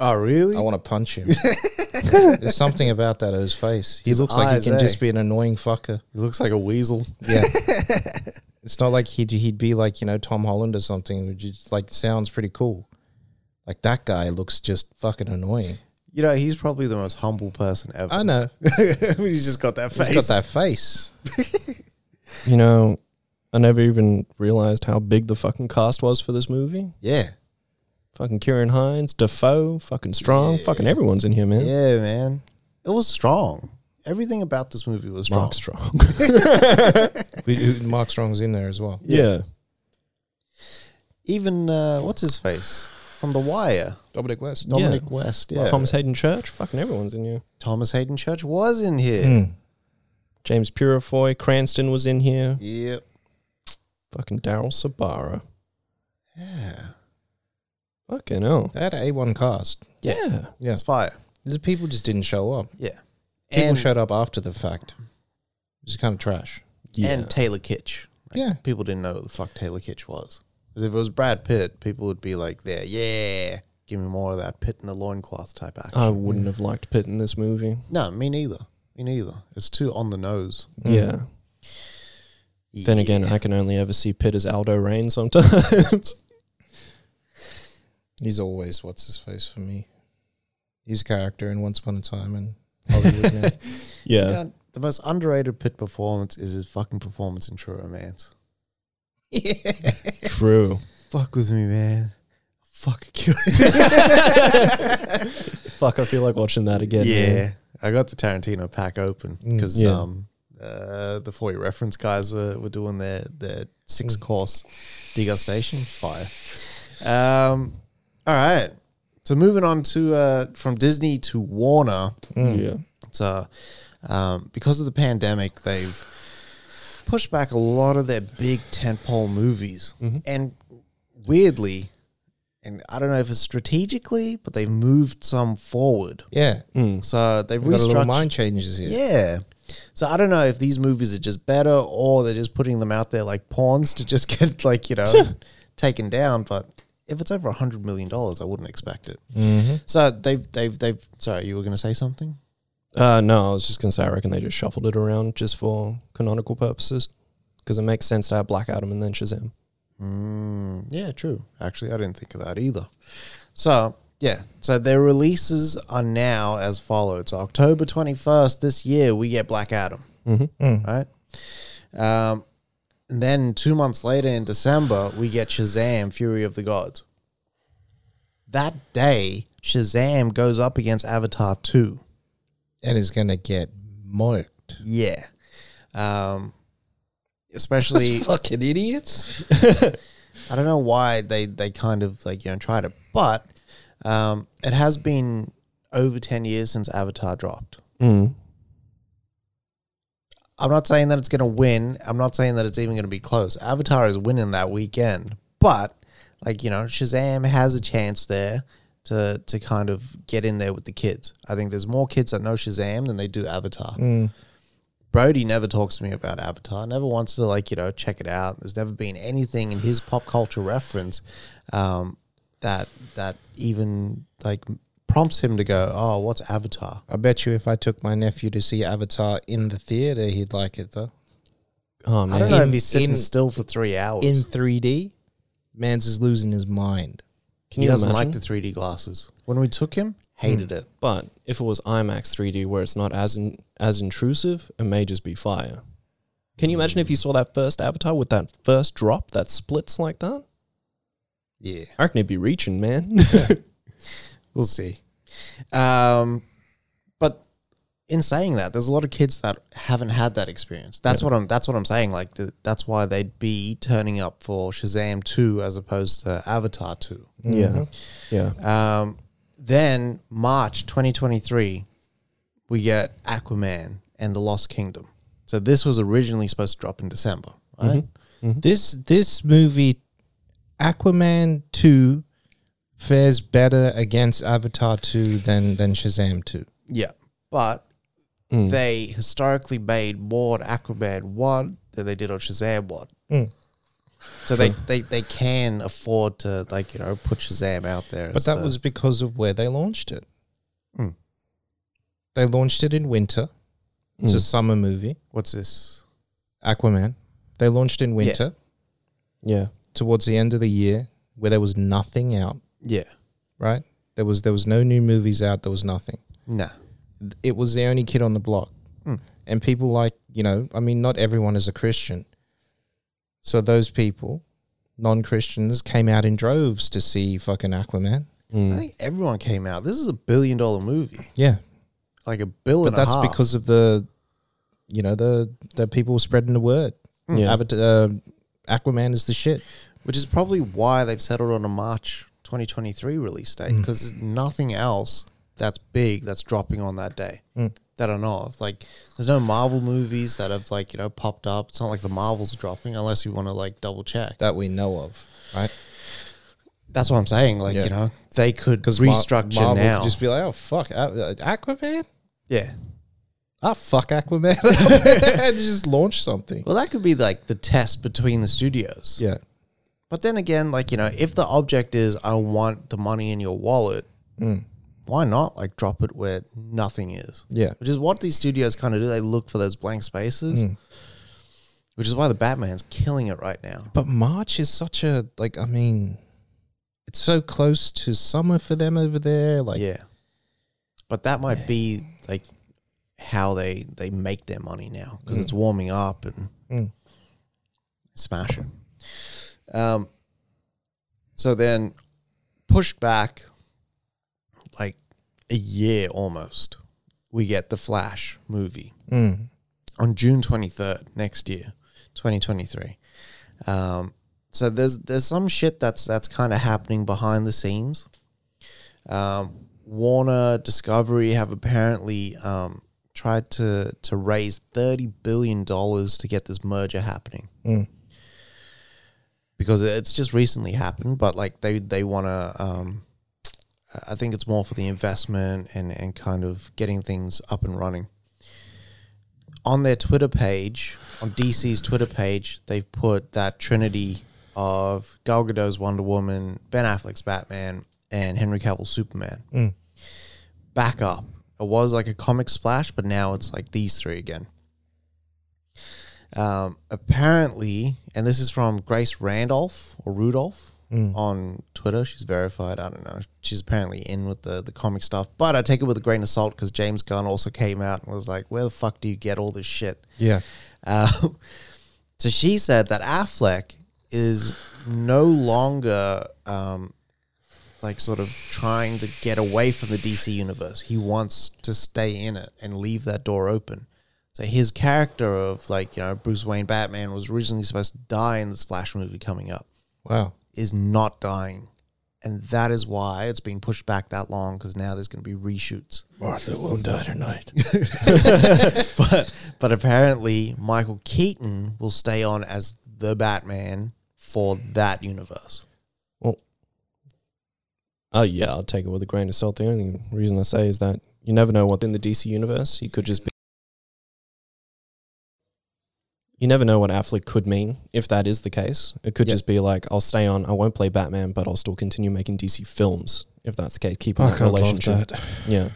[SPEAKER 2] Oh, really?
[SPEAKER 6] I want to punch him. There's something about that at his face. He
[SPEAKER 2] His
[SPEAKER 6] looks like
[SPEAKER 2] eyes,
[SPEAKER 6] he can
[SPEAKER 2] eh?
[SPEAKER 6] just be an annoying fucker.
[SPEAKER 2] He looks like a weasel.
[SPEAKER 6] Yeah. it's not like he'd, he'd be like, you know, Tom Holland or something, which is like sounds pretty cool. Like that guy looks just fucking annoying.
[SPEAKER 2] You know, he's probably the most humble person ever.
[SPEAKER 6] I know.
[SPEAKER 2] he's just got that face.
[SPEAKER 6] He's got that face.
[SPEAKER 5] you know, I never even realized how big the fucking cast was for this movie.
[SPEAKER 2] Yeah.
[SPEAKER 5] Fucking Kieran Hines, Defoe, fucking Strong, fucking everyone's in here, man.
[SPEAKER 2] Yeah, man. It was strong. Everything about this movie was strong.
[SPEAKER 5] Mark Strong.
[SPEAKER 6] We- who- Mark Strong's in there as well.
[SPEAKER 5] yeah.
[SPEAKER 2] Even, uh, what's his face? From The Wire.
[SPEAKER 6] Dominic West.
[SPEAKER 2] Dominic West. Yeah.
[SPEAKER 5] Thomas Hayden Church, fucking everyone's in here.
[SPEAKER 2] Thomas Hayden Church was in here.
[SPEAKER 6] Hmm.
[SPEAKER 5] James Purifoy, Cranston was in here.
[SPEAKER 2] Yep.
[SPEAKER 5] Fucking Daryl Sabara.
[SPEAKER 2] Yeah.
[SPEAKER 5] Fucking hell.
[SPEAKER 6] They had an A1 cast.
[SPEAKER 5] Yeah.
[SPEAKER 6] Yeah.
[SPEAKER 2] It's fire.
[SPEAKER 6] The people just didn't show up.
[SPEAKER 2] Yeah.
[SPEAKER 6] People
[SPEAKER 2] and,
[SPEAKER 6] showed up after the fact. Which is kind of trash.
[SPEAKER 5] Yeah.
[SPEAKER 2] and Taylor Kitsch.
[SPEAKER 6] Yeah.
[SPEAKER 2] People didn't know what the fuck Taylor Kitsch was. Because if it was Brad Pitt, people would be like, there, yeah, give me more of that Pitt in the loincloth type action.
[SPEAKER 5] I wouldn't have liked Pitt in this movie. Mm.
[SPEAKER 2] no, me neither. Me neither. It's too on the nose.
[SPEAKER 5] Yeah. Then again, I can only ever see Pitt as Aldo Rain sometimes.
[SPEAKER 6] He's always what's his face for me. He's a character in Once Upon a Time and Hollywood. now.
[SPEAKER 5] yeah.
[SPEAKER 2] Yeah, the most underrated Pitt performance is his fucking performance in True Romance.
[SPEAKER 5] True.
[SPEAKER 2] Fuck with me, man. Fuck kill
[SPEAKER 5] Fuck, I feel like watching that again. man.
[SPEAKER 2] I got the Tarantino pack open because
[SPEAKER 5] yeah.
[SPEAKER 2] um, uh, the four year reference guys were, were doing their their six course degustation fire. Um, all right, so moving on to uh, from Disney to Warner.
[SPEAKER 5] Yeah.
[SPEAKER 2] It's uh, um, because of the pandemic, they've pushed back a lot of their big tentpole movies, and weirdly. And I don't know if it's strategically, but they've moved some forward.
[SPEAKER 6] yeah.
[SPEAKER 2] So they've
[SPEAKER 6] We've got a little
[SPEAKER 2] restructured.
[SPEAKER 6] mind changes here.
[SPEAKER 2] Yeah. So I don't know if these movies are just better or they're just putting them out there like pawns to just get like you know taken down. But if it's over a hundred million dollars, I wouldn't expect it.
[SPEAKER 6] Mm-hmm.
[SPEAKER 2] So they've they've they've. Sorry, you were going to say something.
[SPEAKER 5] Uh, no, I was just going to say, I reckon they just shuffled it around just for canonical purposes because it makes sense to have Black Adam and then Shazam.
[SPEAKER 2] Yeah, true. Actually, I didn't think of that either. So, yeah. So their releases are now as follows. October 21st this year, we get Black Adam. Mm-hmm. Right? Um, and then two months later in December, we get Shazam, Fury of the Gods. That day, Shazam goes up against Avatar 2.
[SPEAKER 6] And is going to get murked.
[SPEAKER 2] Yeah. Um, especially...
[SPEAKER 6] Fucking idiots.
[SPEAKER 2] I don't know why they they kind of like you know tried it, but um, it has been over ten years since Avatar dropped.
[SPEAKER 5] Mm.
[SPEAKER 2] I'm not saying that it's going to win. I'm not saying that it's even going to be close. Avatar is winning that weekend, but like you know, Shazam has a chance there to to kind of get in there with the kids. I think there's more kids that know Shazam than they do Avatar. Brody never talks to me about Avatar. Never wants to like you know check it out. There's never been anything in his pop culture reference um, that that even like prompts him to go, oh, what's Avatar?
[SPEAKER 6] I bet you if I took my nephew to see Avatar in the theater, he'd like it though.
[SPEAKER 5] Oh,
[SPEAKER 2] I
[SPEAKER 5] man.
[SPEAKER 2] don't know if
[SPEAKER 6] In-
[SPEAKER 2] he's sitting
[SPEAKER 6] in-
[SPEAKER 2] still for three hours.
[SPEAKER 6] In 3D, man's is losing his mind.
[SPEAKER 5] Can
[SPEAKER 2] he
[SPEAKER 5] you
[SPEAKER 2] doesn't
[SPEAKER 5] imagine?
[SPEAKER 2] like the 3D glasses. When we took him, hated it.
[SPEAKER 5] But if it was IMAX 3D where it's not as in, as intrusive, it may just be fire. Can you imagine if you saw that first Avatar with that first drop that splits like that?
[SPEAKER 2] Yeah,
[SPEAKER 5] I reckon it'd be reaching, man.
[SPEAKER 2] we'll see. Um, but in saying that, there's a lot of kids that haven't had that experience. That's what I'm. That's what I'm saying. Like th- that's why they'd be turning up for Shazam two as opposed to Avatar two.
[SPEAKER 5] yeah. Yeah.
[SPEAKER 2] Um, then March 2023, we get Aquaman and the Lost Kingdom. So this was originally supposed to drop in December, right?
[SPEAKER 6] This this movie, Aquaman two, fares better against Avatar two than than Shazam two.
[SPEAKER 2] Yeah, but
[SPEAKER 6] Mm.
[SPEAKER 2] they historically made more Aquaman one than they did on Shazam one.
[SPEAKER 6] Mm.
[SPEAKER 2] So they, they they can afford to like you know put Shazam out there.
[SPEAKER 6] But
[SPEAKER 2] as
[SPEAKER 6] that
[SPEAKER 2] the- Hmm.
[SPEAKER 6] was because of where they launched it. They launched it in winter. It's a summer movie,
[SPEAKER 2] Hmm. what's this?
[SPEAKER 6] Aquaman. They launched in winter
[SPEAKER 5] Yeah.
[SPEAKER 6] towards the end of the year where there was nothing out,
[SPEAKER 2] Yeah,
[SPEAKER 6] right? There was there was no new movies out, there was nothing.
[SPEAKER 2] nah,
[SPEAKER 6] It was the only kid on the block.
[SPEAKER 2] Hmm.
[SPEAKER 6] And people like, you know, I mean not everyone is a Christian. So those people, non-Christians came out in droves to see fucking Aquaman.
[SPEAKER 2] I think everyone came out. This is a billion dollar movie,
[SPEAKER 6] Yeah.
[SPEAKER 2] like a bill
[SPEAKER 6] but
[SPEAKER 2] and a
[SPEAKER 6] that's
[SPEAKER 2] half.
[SPEAKER 6] because of the you know the the people spreading the word
[SPEAKER 5] Yeah.
[SPEAKER 6] Abbott, uh, aquaman is the shit
[SPEAKER 2] which is probably why they've settled on a March 2023 release date
[SPEAKER 6] Mm.
[SPEAKER 2] because there's nothing else that's big that's dropping on that day
[SPEAKER 6] Mm.
[SPEAKER 2] that I know of. Like, there's no Marvel movies that have like you know popped up. It's not like the Marvels are dropping unless you want to like double check.
[SPEAKER 6] that we know of right
[SPEAKER 2] That's what I'm saying. Like,
[SPEAKER 6] Yeah.
[SPEAKER 2] you know, they could
[SPEAKER 6] Mar-
[SPEAKER 2] restructure
[SPEAKER 6] Marvel would
[SPEAKER 2] now.
[SPEAKER 6] just be like oh fuck A- uh, aquaman
[SPEAKER 2] yeah.
[SPEAKER 6] ah fuck aquaman and just launch something
[SPEAKER 2] Well, that could be like the test between the studios.
[SPEAKER 6] yeah
[SPEAKER 2] But then again, like, you know, if the object is I want the money in your wallet,
[SPEAKER 6] Mm.
[SPEAKER 2] why not like drop it where nothing is?
[SPEAKER 6] Yeah.
[SPEAKER 2] Which is what these studios kind of do. They look for those blank spaces. which is why the Batman's killing it right now.
[SPEAKER 6] But March is such a like. I mean, it's so close to summer for them over there. Like,
[SPEAKER 2] yeah, but that might be like how they they make their money now because it's warming up and
[SPEAKER 6] Mm.
[SPEAKER 2] smashing. Um, so then pushed back like a year almost, we get the Flash movie
[SPEAKER 6] mm,
[SPEAKER 2] on June 23rd next year, 2023. Um, so there's there's some shit that's that's kind of happening behind the scenes. Um, Warner Discovery have apparently um, tried to to raise 30 billion dollars to get this merger happening. Because it's just recently happened, but like they they want to um, I think it's more for the investment and and kind of getting things up and running on their Twitter page, on DC's Twitter page, they've put that trinity of Gal Gadot's Wonder Woman, Ben Affleck's Batman, and Henry Cavill's Superman back up. It was like a comic splash, but now it's like these three again. Um, apparently, and this is from Grace Randolph or Rudolph on Twitter. She's verified. I don't know. She's apparently in with the, the comic stuff, but I take it with a grain of salt because James Gunn also came out and was like, where the fuck do you get all this shit?
[SPEAKER 6] yeah.
[SPEAKER 2] Um, so she said that Affleck is no longer um, like sort of trying to get away from the DC universe. He wants to stay in it and leave that door open. So his character of like you know Bruce Wayne Batman was originally supposed to die in this Flash movie coming up
[SPEAKER 6] Wow.
[SPEAKER 2] is not dying. And that is why it's been pushed back that long because now there's going to be reshoots.
[SPEAKER 6] Martha won't die tonight.
[SPEAKER 2] but but apparently Michael Keaton will stay on as the Batman for that universe.
[SPEAKER 5] Oh yeah, I'll take it with a grain of salt. The only reason I say is that you never know what in the DC universe he could just be. You never know what Affleck could mean if that is the case. It could
[SPEAKER 6] Yeah.
[SPEAKER 5] just be like, I'll stay on, I won't play Batman, but I'll still continue making DC films if that's the case. Keep on
[SPEAKER 6] I
[SPEAKER 5] that
[SPEAKER 6] love
[SPEAKER 5] relationship.
[SPEAKER 6] that.
[SPEAKER 5] Yeah,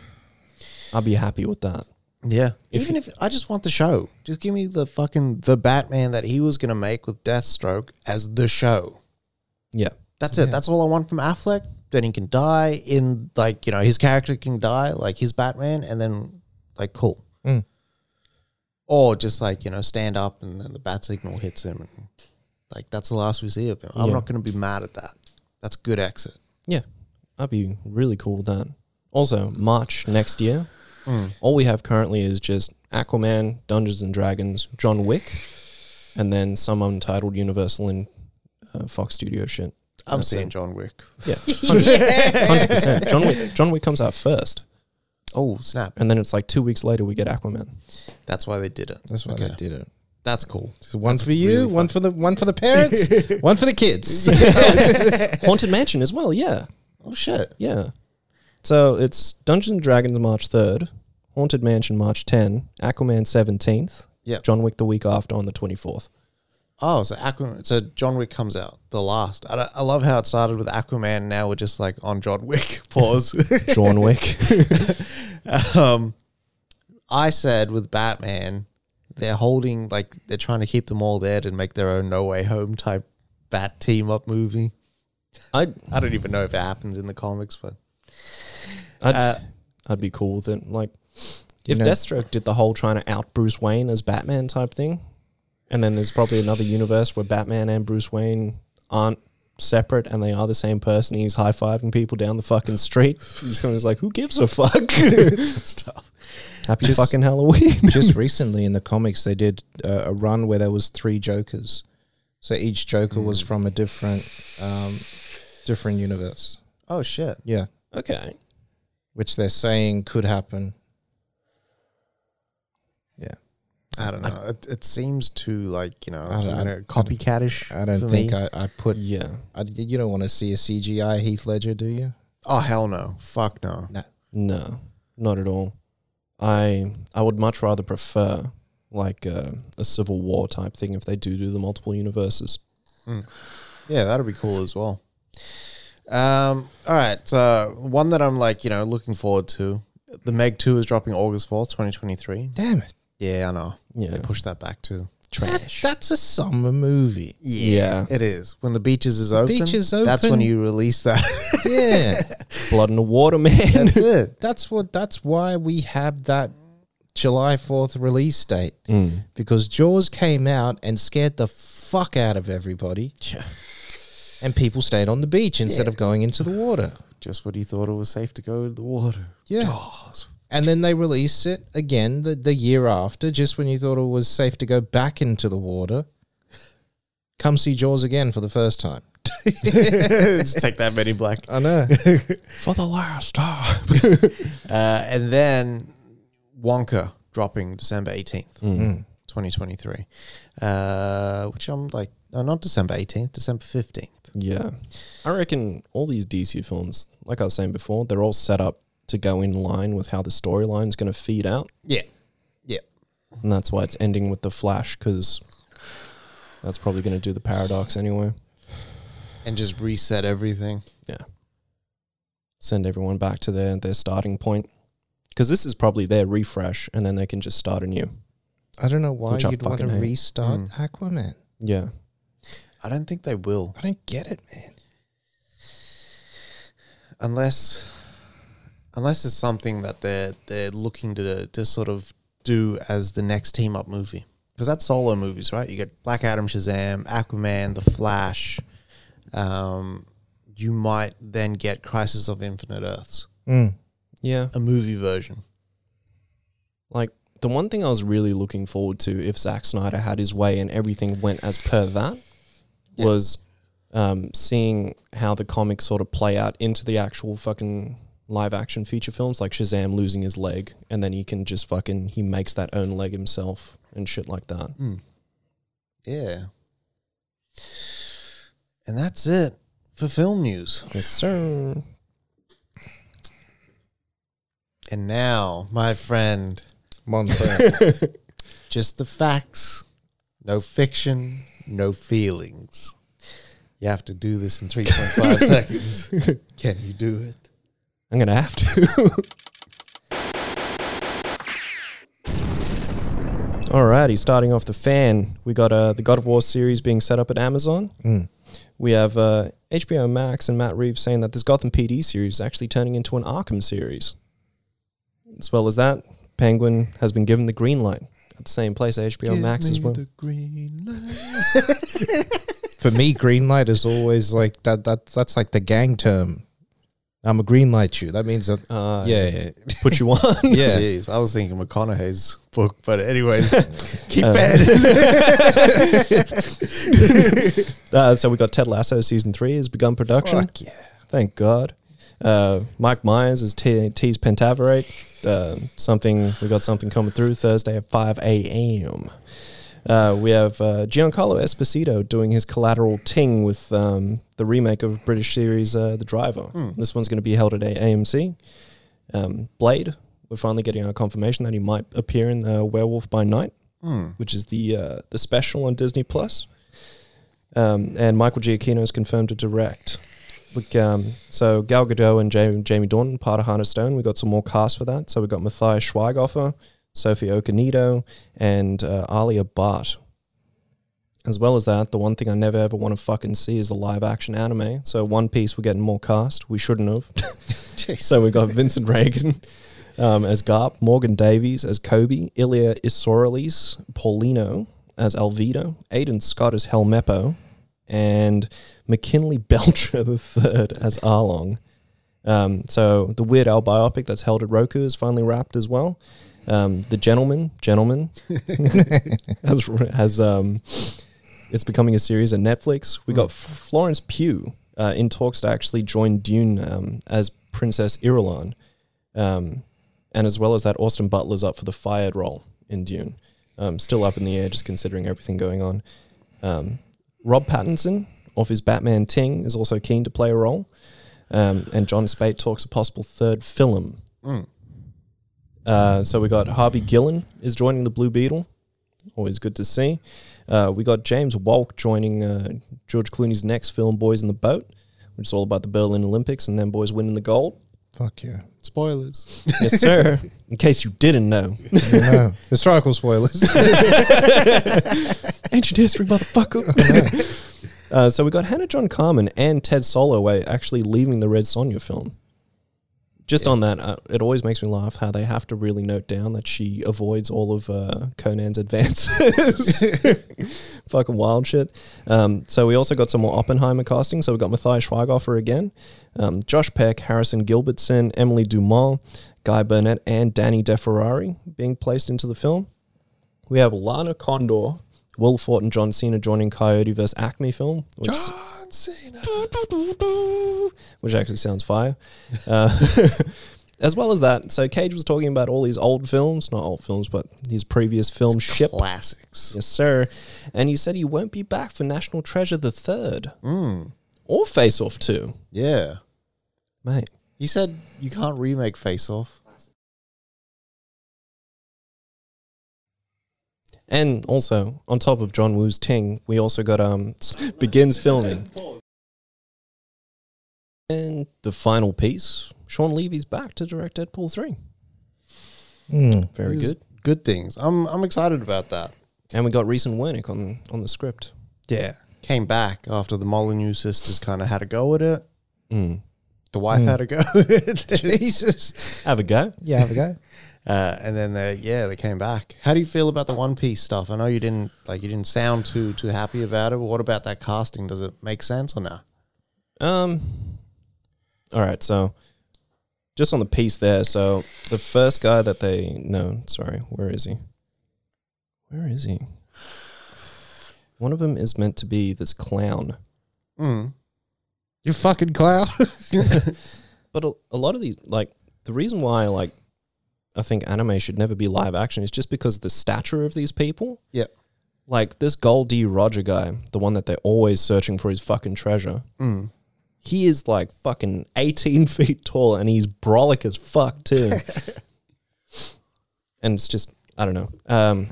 [SPEAKER 5] I'll be happy with that.
[SPEAKER 2] Yeah. Even if I just want the show, just give me the fucking the Batman that he was going to make with Deathstroke as the show.
[SPEAKER 5] Yeah,
[SPEAKER 2] That's it. That's all I want from Affleck. Then he can die in like you know his character can die like his Batman, and then like cool.
[SPEAKER 6] Mm.
[SPEAKER 2] Or just like you know stand up and then the bat signal hits him, and like that's the last we see of him. I'm
[SPEAKER 5] Yeah.
[SPEAKER 2] not going to be mad at that. That's good exit.
[SPEAKER 5] yeah, I'd be really cool with that. Also, March next year, all we have currently is just Aquaman, Dungeons and Dragons, John Wick, and then some untitled Universal and uh, Fox Studio shit.
[SPEAKER 2] I'm
[SPEAKER 5] That's
[SPEAKER 2] seeing
[SPEAKER 5] it.
[SPEAKER 2] John Wick.
[SPEAKER 5] Yeah, hundred percent. John Wick. John Wick comes out first,
[SPEAKER 2] Oh snap!
[SPEAKER 5] and then it's like two weeks later we get Aquaman.
[SPEAKER 2] That's why they did it.
[SPEAKER 6] That's why
[SPEAKER 2] Okay.
[SPEAKER 6] they did it.
[SPEAKER 2] That's cool.
[SPEAKER 6] So one for you, one for the one for the parents, one for the kids.
[SPEAKER 5] Haunted Mansion as well. Yeah,
[SPEAKER 2] Oh shit!
[SPEAKER 5] yeah. So it's Dungeons and Dragons March third, Haunted Mansion March ten, Aquaman seventeenth,
[SPEAKER 2] Yeah.
[SPEAKER 5] John Wick the week after on the twenty fourth.
[SPEAKER 2] Oh, so Aquaman. So John Wick comes out the last. I, I love how it started with Aquaman. Now we're just like on John Wick. Pause.
[SPEAKER 5] John Wick.
[SPEAKER 2] um, I said with Batman, they're holding like they're trying to keep them all there to make their own No Way Home type Bat team up movie.
[SPEAKER 5] I'd
[SPEAKER 2] I don't even know if it happens in the comics, but
[SPEAKER 5] I'd,
[SPEAKER 2] Uh,
[SPEAKER 5] I'd be cool with it. Like if
[SPEAKER 6] No.
[SPEAKER 5] Deathstroke did the whole trying to out Bruce Wayne as Batman type thing, and then there's probably another universe where Batman and Bruce Wayne aren't separate and they are the same person. He's high fiving people down the fucking street. Someone's like, "Who gives a fuck?"
[SPEAKER 2] it's tough.
[SPEAKER 5] Happy
[SPEAKER 6] Just-
[SPEAKER 5] fucking Halloween.
[SPEAKER 6] Just recently in the comics, they did uh, a run where there was three Jokers, so each Joker was
[SPEAKER 2] Hmm.
[SPEAKER 6] from a different um, different universe.
[SPEAKER 2] Oh shit!
[SPEAKER 6] Yeah,
[SPEAKER 5] okay,
[SPEAKER 6] which they're saying could happen. Yeah,
[SPEAKER 2] I don't know. It, it seems too like you know,
[SPEAKER 6] I don't-
[SPEAKER 2] you know, copycatish.
[SPEAKER 6] I don't
[SPEAKER 2] for
[SPEAKER 6] think
[SPEAKER 2] me.
[SPEAKER 6] I, I put.
[SPEAKER 5] yeah,
[SPEAKER 6] I, you don't want to see a CGI Heath Ledger, do you?
[SPEAKER 2] Oh hell no! Fuck no!
[SPEAKER 5] no, not at all. I I would much rather prefer like uh, a Civil War type thing if they do do the multiple universes.
[SPEAKER 2] Yeah, that'd be cool as well. Um, all right. So one that I'm like, you know, looking forward to. The Meg Two is dropping August fourth, twenty twenty three.
[SPEAKER 6] Damn it!
[SPEAKER 2] Yeah, I know.
[SPEAKER 5] Yeah.
[SPEAKER 2] They pushed that back too.
[SPEAKER 5] Trash.
[SPEAKER 6] That's a summer movie.
[SPEAKER 5] yeah.
[SPEAKER 2] It is. When the beaches is open.
[SPEAKER 6] beach is
[SPEAKER 2] That's when
[SPEAKER 6] open.
[SPEAKER 2] you release that.
[SPEAKER 6] Yeah.
[SPEAKER 5] Blood in the water, man.
[SPEAKER 2] That's it.
[SPEAKER 6] that's what that's why we have that July 4th release date
[SPEAKER 5] Mm.
[SPEAKER 6] because Jaws came out and scared the fuck out of everybody. And people stayed on the beach instead of going into the water.
[SPEAKER 2] Just when you thought it was safe to go to the water.
[SPEAKER 6] Yeah.
[SPEAKER 2] Jaws.
[SPEAKER 6] And then they released it again the, the year after, just when you thought it was safe to go back into the water. Come see Jaws again for the first time.
[SPEAKER 2] Just take that many black.
[SPEAKER 6] I know.
[SPEAKER 2] For the last time. uh, and then Wonka dropping December 18th, 2023. Uh, which I'm like, no, not December 18th, December 15th.
[SPEAKER 5] Yeah. I reckon all these DC films, like I was saying before, they're all set up to go in line with how the storyline's going to feed out.
[SPEAKER 2] Yeah. Yeah.
[SPEAKER 5] And that's why it's ending with the Flash, because that's probably going to do the paradox anyway.
[SPEAKER 2] And just reset everything.
[SPEAKER 5] Yeah. Send everyone back to their, their starting point. Because this is probably their refresh, and then they can just start anew.
[SPEAKER 6] I don't know why
[SPEAKER 5] Which I
[SPEAKER 6] you'd want to
[SPEAKER 5] fucking hate. Mm.
[SPEAKER 6] restart Aquaman.
[SPEAKER 5] Yeah.
[SPEAKER 2] I don't think they will.
[SPEAKER 6] I don't get it, man.
[SPEAKER 2] unless unless it's something that they're they're looking to to sort of do as the next team up movie because that's solo movies right you get black adam shazam aquaman the flash um you might then get crisis of infinite earths
[SPEAKER 5] Yeah.
[SPEAKER 2] a movie version
[SPEAKER 5] Like, the one thing I was really looking forward to if Zack Snyder had his way and everything went as per that was um, seeing how the comics sort of play out into the actual fucking live action feature films, like Shazam losing his leg, and then he can just fucking, he makes that own leg himself and shit like that.
[SPEAKER 2] yeah and that's it for film news
[SPEAKER 5] Yes, sir.
[SPEAKER 2] and now my friend
[SPEAKER 6] Monster.
[SPEAKER 2] just the facts, no fiction, no feelings. You have to do this in 3.5 seconds. Can you do it?
[SPEAKER 5] I'm going to have to. Alrighty, starting off the fan, we got uh, the God of War series being set up at Amazon. We have uh, HBO Max and Matt Reeves saying that this Gotham PD series is actually turning into an Arkham series. As well as that, Penguin has been given the green light at the same place HBO Max as well.
[SPEAKER 6] For me, green light is always like that. That that's like the gang term. I'm a green light you. That means that.
[SPEAKER 2] Ah,
[SPEAKER 5] Uh,
[SPEAKER 6] yeah, yeah,
[SPEAKER 5] Put you on.
[SPEAKER 6] yeah.
[SPEAKER 2] Jeez, I was thinking McConaughey's book, but anyways, keep at it.
[SPEAKER 5] Uh, so we got Ted Lasso season three has begun production.
[SPEAKER 6] Fuck yeah.
[SPEAKER 5] Thank God. Uh, Mike Myers is T- T's Pentaverate. Uh, something we got something coming through Thursday at five a.m. Uh, we have uh, Giancarlo Esposito doing his collateral ting with um, the remake of British series uh, The Driver.
[SPEAKER 6] Hmm.
[SPEAKER 5] This one's going to be held at a- AMC. Um, Blade, we're finally getting our confirmation that he might appear in uh, Werewolf by Night,
[SPEAKER 6] Hmm.
[SPEAKER 5] which is the uh, the special on Disney Plus. Um, and Michael Giacchino is confirmed to direct. Look, um, so Gal Gadot and Jamie, Jamie Dornan, part of Hannah Stone. We got some more cast for that. So we got Matthias Schweighofer, Sophie Okonedo, and uh, Alia Bart. As well as that, the one thing I never ever want to fucking see is the live action anime. So One Piece, we're getting more cast. We shouldn't have. so we got Vincent Reagan um, as Garp, Morgan Davies as Kobe, Ilya Isorolis, Paulino as Alvito, Aidan Scott as Helmeppo, and McKinley Belcher III as Arlong. Um, so the Weird Al biopic that's held at Roku is finally wrapped as well. Um, the Gentleman, Gentleman, has, has um, it's becoming a series at Netflix. We got F- Florence Pugh uh, in talks to actually join Dune um, as Princess Irulan. Um, and as well as that, Austin Butler's up for the fired role in Dune. Um, still up in the air, just considering everything going on. Um, Rob Pattinson, off his Batman Ting, is also keen to play a role. Um, and John Spate talks a possible third film. Uh, so we got Harvey Gillen is joining the Blue Beetle. Always good to see. Uh, we got James Walk joining uh, George Clooney's next film, Boys in the Boat, which is all about the Berlin Olympics and them boys winning the gold.
[SPEAKER 6] Fuck yeah.
[SPEAKER 5] Spoilers. yes, sir. In case you didn't know.
[SPEAKER 6] You know, historical spoilers.
[SPEAKER 5] Ancient history, motherfucker. uh, so we got Hannah John Carmen and Ted Soloway actually leaving the Red Sonja film. Just on that, uh, it always makes me laugh how they have to really note down that she avoids all of uh, Conan's advances. Fucking wild shit. Um, so we also got some more Oppenheimer casting. So we got Matthias Schweighoffer again, um, Josh Peck, Harrison Gilbertson, Emily Dumont, Guy Burnett, and Danny DeFerrari being placed into the film. We have Lana Condor, Will Fort, and John Cena joining Coyote vs. Acme film, which,
[SPEAKER 2] John Cena.
[SPEAKER 5] which actually sounds fire. Uh, as well as that, so Cage was talking about all these old films, not old films, but his previous film Ship.
[SPEAKER 2] Classics.
[SPEAKER 5] Yes, sir. And he said he won't be back for National Treasure the Third
[SPEAKER 2] Hmm.
[SPEAKER 5] or Face Off Two,
[SPEAKER 2] Yeah.
[SPEAKER 5] mate.
[SPEAKER 2] He said you can't remake Face Off.
[SPEAKER 5] And also, on top of John Woo's Ting, we also got um begins filming. And the final piece, Sean Levy's back to direct Deadpool three.
[SPEAKER 6] Hmm.
[SPEAKER 5] Very
[SPEAKER 2] These
[SPEAKER 5] good.
[SPEAKER 2] Good things. I'm I'm excited about that.
[SPEAKER 5] And we got recent Wernick on on the script.
[SPEAKER 2] Yeah. Came back after the Molyneux sisters kind of had a go at it. The wife had a go at it. Mm. Jesus.
[SPEAKER 5] Have a go.
[SPEAKER 6] yeah, have a go.
[SPEAKER 2] Uh, and then they, yeah, they came back. How do you feel about the One Piece stuff? I know you didn't like you didn't sound too too happy about it. But what about that casting? Does it make sense or no?
[SPEAKER 5] Um. All right, so just on the piece there. So the first guy that they no, sorry, where is he? Where is he? One of them is meant to be this clown,
[SPEAKER 6] You fucking clown.
[SPEAKER 5] but a, a lot of these, like the reason why, like I think anime should never be live action is just because the stature of these people.
[SPEAKER 2] Yeah.
[SPEAKER 5] Like this Goldie Roger guy, the one that they're always searching for his fucking treasure. He is like fucking 18 feet tall and he's brolic as fuck too. and it's just, I don't know. Um,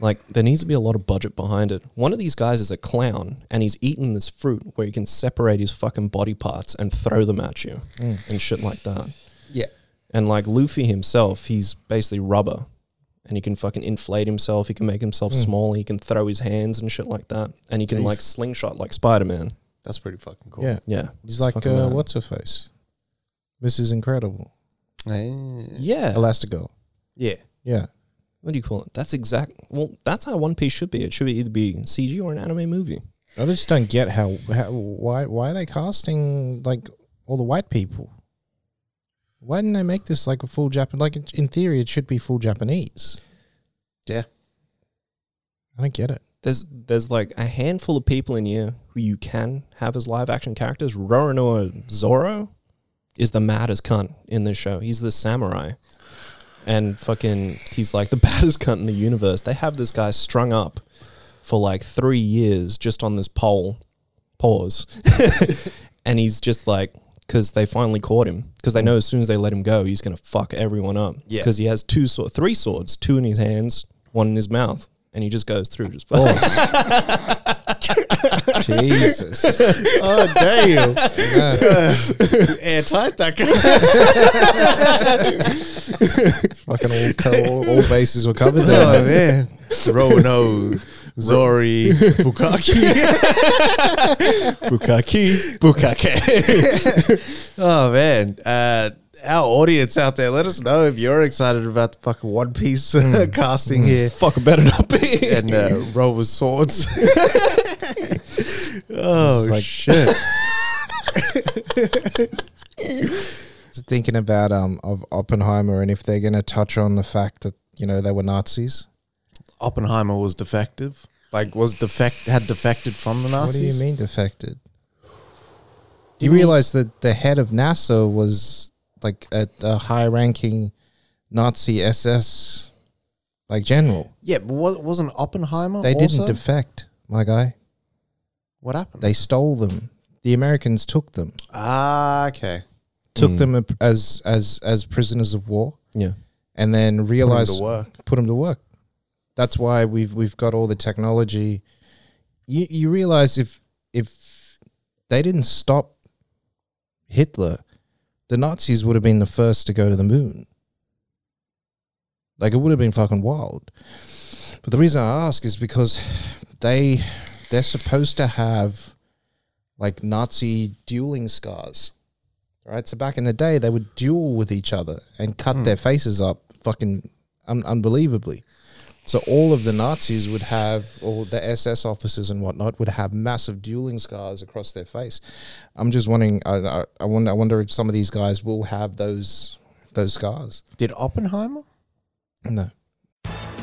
[SPEAKER 5] like there needs to be a lot of budget behind it. One of these guys is a clown and he's eating this fruit where you can separate his fucking body parts and throw them at you and shit like that.
[SPEAKER 2] Yeah.
[SPEAKER 5] And like Luffy himself, he's basically rubber. And he can fucking inflate himself. He can make himself smaller. He can throw his hands and shit like that. And he can like slingshot like Spider Man.
[SPEAKER 2] That's pretty fucking cool.
[SPEAKER 6] Yeah.
[SPEAKER 5] Yeah.
[SPEAKER 6] He's
[SPEAKER 5] it's
[SPEAKER 6] like,
[SPEAKER 5] fucking
[SPEAKER 6] uh,
[SPEAKER 5] mad.
[SPEAKER 6] what's her face? This is incredible.
[SPEAKER 2] Eh,
[SPEAKER 5] Yeah.
[SPEAKER 6] Elastigirl.
[SPEAKER 2] Yeah.
[SPEAKER 6] Yeah.
[SPEAKER 5] What do you call it? That's exact. Well, that's how One Piece should be. It should either be CG or an anime movie.
[SPEAKER 6] I just don't get how, how why why are they casting like all the white people? Why didn't they make this like a full Japan? Like in theory, it should be full Japanese.
[SPEAKER 2] Yeah.
[SPEAKER 6] I don't get it.
[SPEAKER 5] There's there's like a handful of people in here who you can have as live action characters. Roronoa Zoro is the maddest cunt in this show. He's the samurai. And fucking he's like the baddest cunt in the universe. They have this guy strung up for like three years just on this pole. Pause. and he's just like because they finally caught him because they know as soon as they let him go he's gonna fuck everyone up
[SPEAKER 2] Yeah.
[SPEAKER 5] because he has two sword, three swords two in his hands one in his mouth and he just goes through just
[SPEAKER 6] Jesus.
[SPEAKER 2] Oh damn! Airtight that guy.
[SPEAKER 6] Fucking all, co- all, all bases were covered
[SPEAKER 2] Oh
[SPEAKER 6] there.
[SPEAKER 2] man, Rono, Zori, Bukaki.
[SPEAKER 5] bukaki
[SPEAKER 2] Oh man, uh, our audience out there, let us know if you're excited about the fucking One Piece uh,
[SPEAKER 5] Hmm.
[SPEAKER 2] casting here.
[SPEAKER 5] fucking better not be
[SPEAKER 2] and uh, roll with swords. oh
[SPEAKER 6] It's like-
[SPEAKER 2] shit!
[SPEAKER 6] Just thinking about um of Oppenheimer and if they're gonna touch on the fact that you know they were Nazis.
[SPEAKER 2] Oppenheimer was defective. Like was defect had defected from the
[SPEAKER 6] What
[SPEAKER 2] Nazis.
[SPEAKER 6] do you mean defected? Do you realize that the head of NASA was like a, a high-ranking Nazi SS like general?
[SPEAKER 2] Yeah, but wa- wasn't Oppenheimer?
[SPEAKER 6] They
[SPEAKER 2] also-
[SPEAKER 6] didn't defect, my guy.
[SPEAKER 2] What happened?
[SPEAKER 6] They stole them. The Americans took them,
[SPEAKER 2] ah, okay. Hmm.
[SPEAKER 6] took them them ap- as as as prisoners of war,
[SPEAKER 5] yeah
[SPEAKER 6] and then realized
[SPEAKER 2] work.
[SPEAKER 6] Put them to work. That's why we've we've got all the technology. You you realize if if they didn't stop Hitler,
[SPEAKER 5] the Nazis would have been the first to go to the moon. Like it would have been fucking wild. But the reason I ask is because they they're supposed to have like Nazi dueling scars. Right? So back in the day they would duel with each other and cut their faces up fucking un- unbelievably. So all of the Nazis would have, all the SS officers and whatnot would have massive dueling scars across their face. I'm just wondering. I, I, I wonder. I wonder if some of these guys will have those those scars.
[SPEAKER 2] Did Oppenheimer?
[SPEAKER 5] No.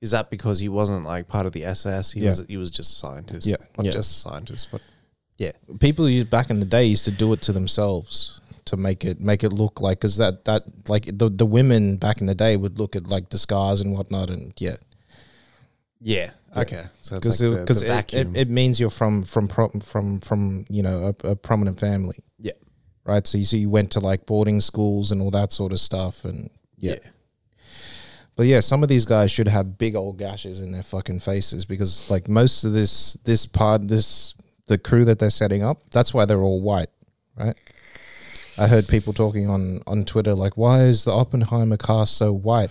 [SPEAKER 2] Is that because he wasn't like part of the SS? He
[SPEAKER 5] Yeah.
[SPEAKER 2] was he was just a scientist.
[SPEAKER 5] Yeah.
[SPEAKER 2] Not
[SPEAKER 1] Yeah.
[SPEAKER 2] just a scientist, but
[SPEAKER 5] Yeah, people used back in the day used to do it to themselves to make it make it look like because that that like the the women back in the day would look at like the scars and whatnot and yeah
[SPEAKER 2] Yeah. Okay. So it's
[SPEAKER 5] because
[SPEAKER 2] like the,
[SPEAKER 5] because
[SPEAKER 2] the
[SPEAKER 5] it, it,
[SPEAKER 2] vacuum.
[SPEAKER 5] it means you're from from from from, from you know a, a prominent family
[SPEAKER 2] yeah.
[SPEAKER 5] right so you see you went to like boarding schools and all that sort of stuff and yeah.
[SPEAKER 2] Yeah.
[SPEAKER 5] But yeah, some of these guys should have big old gashes in their fucking faces because like most of this this pod this the crew that they're setting up, that's why they're all white, right? I heard people talking on on Twitter like why is the Oppenheimer cast so white?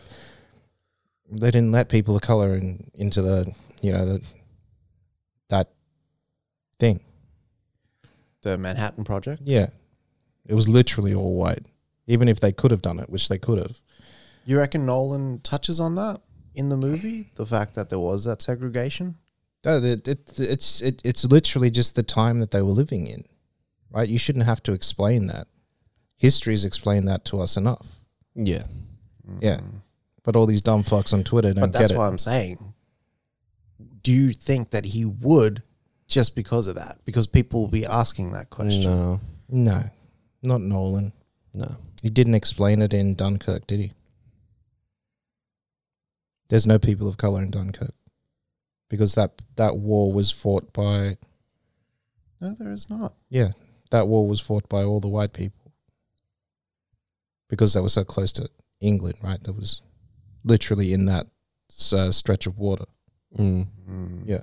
[SPEAKER 5] They didn't let people of color in into the, you know, the that thing.
[SPEAKER 2] The Manhattan Project.
[SPEAKER 5] Yeah. It was literally all white. Even if they could have done it, which they could have.
[SPEAKER 2] You reckon Nolan touches on that in the movie? The fact that there was that segregation?
[SPEAKER 5] No, it, it, it's it, it's literally just the time that they were living in, right? You shouldn't have to explain that. History's explained that to us enough.
[SPEAKER 1] Yeah.
[SPEAKER 5] Yeah, but all these dumb fucks on Twitter don't
[SPEAKER 2] But that's
[SPEAKER 5] get it.
[SPEAKER 2] why I'm saying. Do you think that he would just because of that? Because people will be asking that question.
[SPEAKER 1] No.
[SPEAKER 5] no, not Nolan.
[SPEAKER 1] No.
[SPEAKER 5] He didn't explain it in Dunkirk, did he? There's no people of color in Dunkirk because that that war was fought by
[SPEAKER 2] No, there is not.
[SPEAKER 5] yeah that war was fought by all the white people because they were so close to England, right? That was literally in that uh, stretch of water.
[SPEAKER 1] Mm.
[SPEAKER 5] Yeah,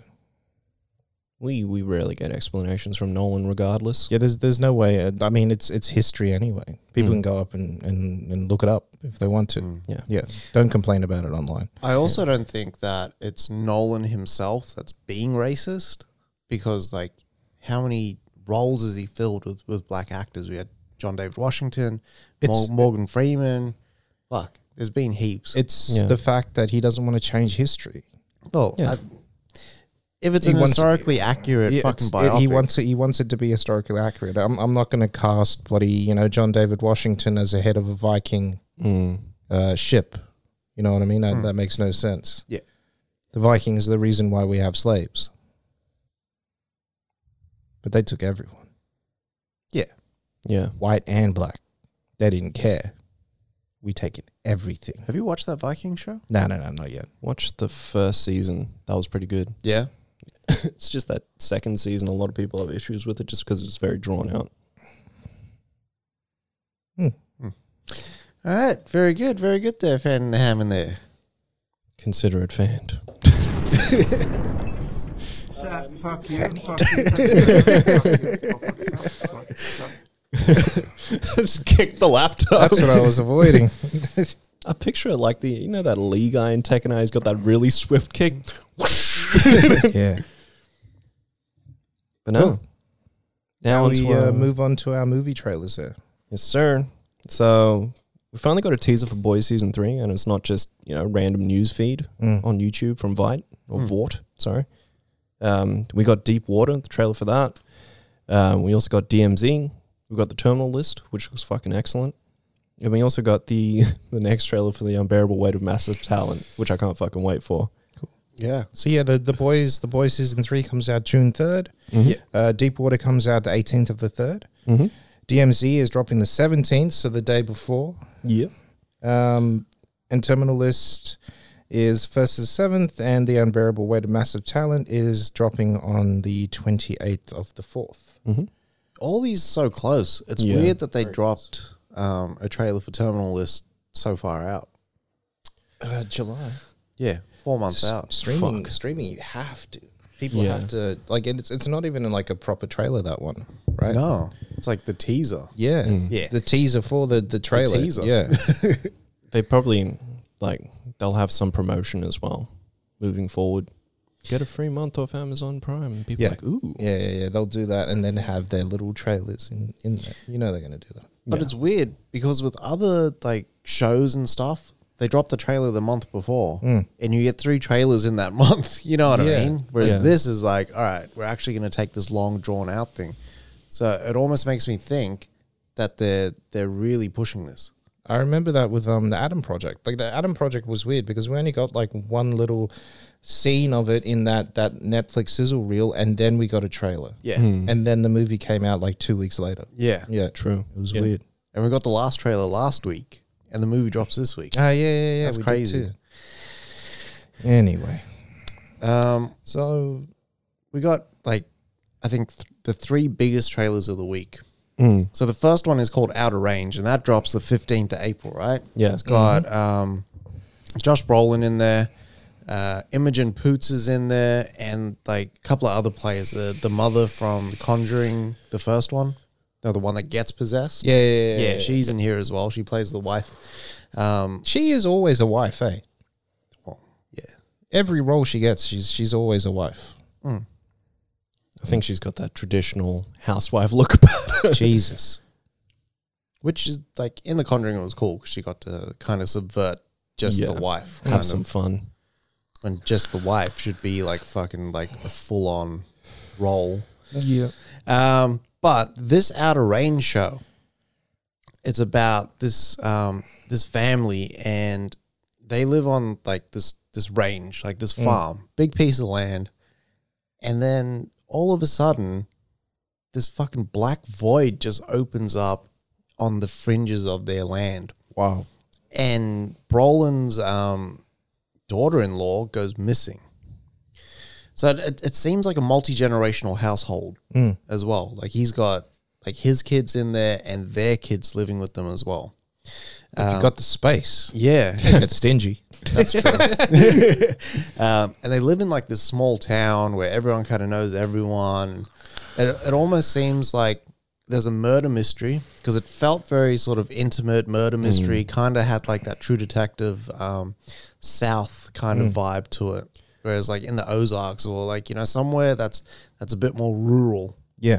[SPEAKER 1] We we rarely get explanations from Nolan, regardless.
[SPEAKER 5] yeah. There's there's no way. uh, I mean, it's it's history anyway. People can go up and, and and look it up if they want to.
[SPEAKER 1] Mm. Yeah.
[SPEAKER 5] Yeah, don't complain about it online.
[SPEAKER 2] I also don't think that it's Nolan himself that's being racist because, like, how many roles is he filled with, with black actors? We had John David Washington, Mor-
[SPEAKER 5] It's-
[SPEAKER 2] Morgan Freeman. Fuck, there's been heaps.
[SPEAKER 5] It's
[SPEAKER 1] Yeah.
[SPEAKER 5] the fact that he doesn't want to change history.
[SPEAKER 2] well,
[SPEAKER 1] yeah.
[SPEAKER 2] I- if it's
[SPEAKER 5] He
[SPEAKER 2] an
[SPEAKER 5] wants-
[SPEAKER 2] historically accurate
[SPEAKER 5] Yeah,
[SPEAKER 2] fucking
[SPEAKER 5] it's-
[SPEAKER 2] biopic,
[SPEAKER 5] He wants it. He wants it to be historically accurate. I'm I'm not going to cast bloody you know John David Washington as the head of a Viking
[SPEAKER 1] Mm.
[SPEAKER 5] uh, ship. You know what I mean? That, that makes no sense.
[SPEAKER 2] Yeah.
[SPEAKER 5] The Vikings are the reason why we have slaves. But they took everyone,
[SPEAKER 2] yeah,
[SPEAKER 1] Yeah.
[SPEAKER 5] white and black. They didn't care. We taken everything.
[SPEAKER 2] have you watched that Viking show?
[SPEAKER 5] No, no, no, not yet.
[SPEAKER 1] Watch the first season. That was pretty good.
[SPEAKER 2] Yeah,
[SPEAKER 1] It's just that second season. A lot of people have issues with it, just because it's very drawn out.
[SPEAKER 2] all right, very good, very good there, fan ham in there.
[SPEAKER 1] Consider it fanned. Just kick the laptop.
[SPEAKER 5] That's what I was avoiding.
[SPEAKER 1] I picture it like the you know that Lee guy in Tekken. He's got that really swift kick.
[SPEAKER 5] yeah.
[SPEAKER 1] But no.
[SPEAKER 5] Cool.
[SPEAKER 1] Now
[SPEAKER 5] Now
[SPEAKER 1] onto
[SPEAKER 5] we uh,
[SPEAKER 1] our- uh,
[SPEAKER 2] uh,
[SPEAKER 5] um, move on to our movie trailers there.
[SPEAKER 1] Yes, sir.
[SPEAKER 2] So we finally got a teaser for Boys season three, and it's not just you know random news feed
[SPEAKER 5] Mm.
[SPEAKER 2] on YouTube from Vite or Vort. Sorry, um, we got Deep Water, the trailer for that. Um, we also got DMZ. We got the Terminal List, which looks fucking excellent. And we also got the the next trailer for the Unbearable Weight of Massive Talent, which I can't fucking wait for.
[SPEAKER 1] Yeah.
[SPEAKER 5] So yeah, the, the boys the boys season three comes out June 3rd
[SPEAKER 2] Mhm.
[SPEAKER 5] Uh, Deep Water comes out the eighteenth of the third.
[SPEAKER 2] Mm-hmm.
[SPEAKER 5] DMZ is dropping the seventeenth, so the day before.
[SPEAKER 2] Yeah.
[SPEAKER 5] Um, and Terminal List is first to the seventh, and the Unbearable Weight of Massive Talent is dropping on the twenty eighth of the fourth.
[SPEAKER 1] All these so close. It's
[SPEAKER 2] Yeah.
[SPEAKER 1] weird that they dropped um, a trailer for Terminal List so far out.
[SPEAKER 5] Uh, July
[SPEAKER 1] Yeah, four months out.
[SPEAKER 5] streaming
[SPEAKER 1] Fuck.
[SPEAKER 5] streaming you have to people
[SPEAKER 2] Yeah.
[SPEAKER 5] have to like and it's it's not even in like a proper trailer that one right
[SPEAKER 1] No, it's like the teaser.
[SPEAKER 5] yeah
[SPEAKER 2] Mm.
[SPEAKER 1] Yeah.
[SPEAKER 5] the teaser for the the trailer
[SPEAKER 1] teaser.
[SPEAKER 5] yeah
[SPEAKER 2] They probably like they'll have some promotion as well moving forward. Get a free month off Amazon Prime. And people
[SPEAKER 5] Yeah.
[SPEAKER 2] are like, ooh.
[SPEAKER 5] Yeah, yeah, yeah. They'll do that and then have their little trailers in in there. You know they're going to do that.
[SPEAKER 1] But it's weird because with other like shows and stuff, they drop the trailer the month before, and you get three trailers in that month. You know what
[SPEAKER 5] Yeah.
[SPEAKER 1] I mean? Whereas
[SPEAKER 2] Yeah.
[SPEAKER 1] this is like, all right, we're actually going to take this long, drawn out thing. So it almost makes me think that they're they're really pushing this.
[SPEAKER 5] I remember that with um the Adam Project. Like the Adam Project was weird because we only got like one little scene of it in that that Netflix sizzle reel, and then we got a trailer.
[SPEAKER 1] Yeah,
[SPEAKER 5] and then the movie came out like two weeks later.
[SPEAKER 1] yeah.
[SPEAKER 5] Yeah,
[SPEAKER 2] True.
[SPEAKER 5] It was
[SPEAKER 2] Yeah.
[SPEAKER 5] weird.
[SPEAKER 1] And we got the last trailer last week, and the movie drops this week.
[SPEAKER 5] Ah, yeah, yeah, yeah.
[SPEAKER 1] That's
[SPEAKER 5] we did
[SPEAKER 1] crazy.
[SPEAKER 5] too. Anyway,
[SPEAKER 1] Um,
[SPEAKER 5] so
[SPEAKER 1] we got like, I think th- the three biggest trailers of the week. So the first one is called Outer Range, and that drops the fifteenth of April, right?
[SPEAKER 2] Yeah.
[SPEAKER 1] It's got
[SPEAKER 2] Mm-hmm.
[SPEAKER 1] um, Josh Brolin in there, uh, Imogen Poots is in there, and like a couple of other players. The the mother from The Conjuring, the first one, no, the one that gets possessed.
[SPEAKER 5] yeah, yeah, yeah.
[SPEAKER 1] yeah, she's in here as well. She plays the wife. Um,
[SPEAKER 5] she is always a wife, eh?
[SPEAKER 1] well, Oh, yeah,
[SPEAKER 5] Every role she gets, she's she's always a wife.
[SPEAKER 2] I think she's got that traditional housewife look about her.
[SPEAKER 5] Jesus.
[SPEAKER 1] which is like in The Conjuring, it was cool because she got to kind of subvert just
[SPEAKER 2] Yeah.
[SPEAKER 1] the wife, kind
[SPEAKER 2] Have
[SPEAKER 1] of,
[SPEAKER 2] some fun.
[SPEAKER 1] and just the wife should be like fucking like a full on role.
[SPEAKER 5] Yeah.
[SPEAKER 1] Um, but this Outer Range show, it's about this um, this family and they live on like this this range, like this farm, big piece of land, and then all of a sudden, this fucking black void just opens up on the fringes of their land,
[SPEAKER 5] Wow.
[SPEAKER 1] and Brolin's um, daughter-in-law goes missing. So it- it, it seems like a multi-generational household as well. Like he's got like his kids in there and their kids living with them as well.
[SPEAKER 5] If you got the space.
[SPEAKER 1] Yeah,
[SPEAKER 5] It's stingy.
[SPEAKER 1] um, and they live in like this small town where everyone kind of knows everyone. It, it almost seems like there's a murder mystery because it felt very sort of intimate murder
[SPEAKER 2] Mm.
[SPEAKER 1] mystery. Kind of had like that True Detective um, South kind
[SPEAKER 2] Mm.
[SPEAKER 1] of vibe to it. Whereas like in the Ozarks or like you know somewhere that's that's a bit more rural,
[SPEAKER 5] Yeah.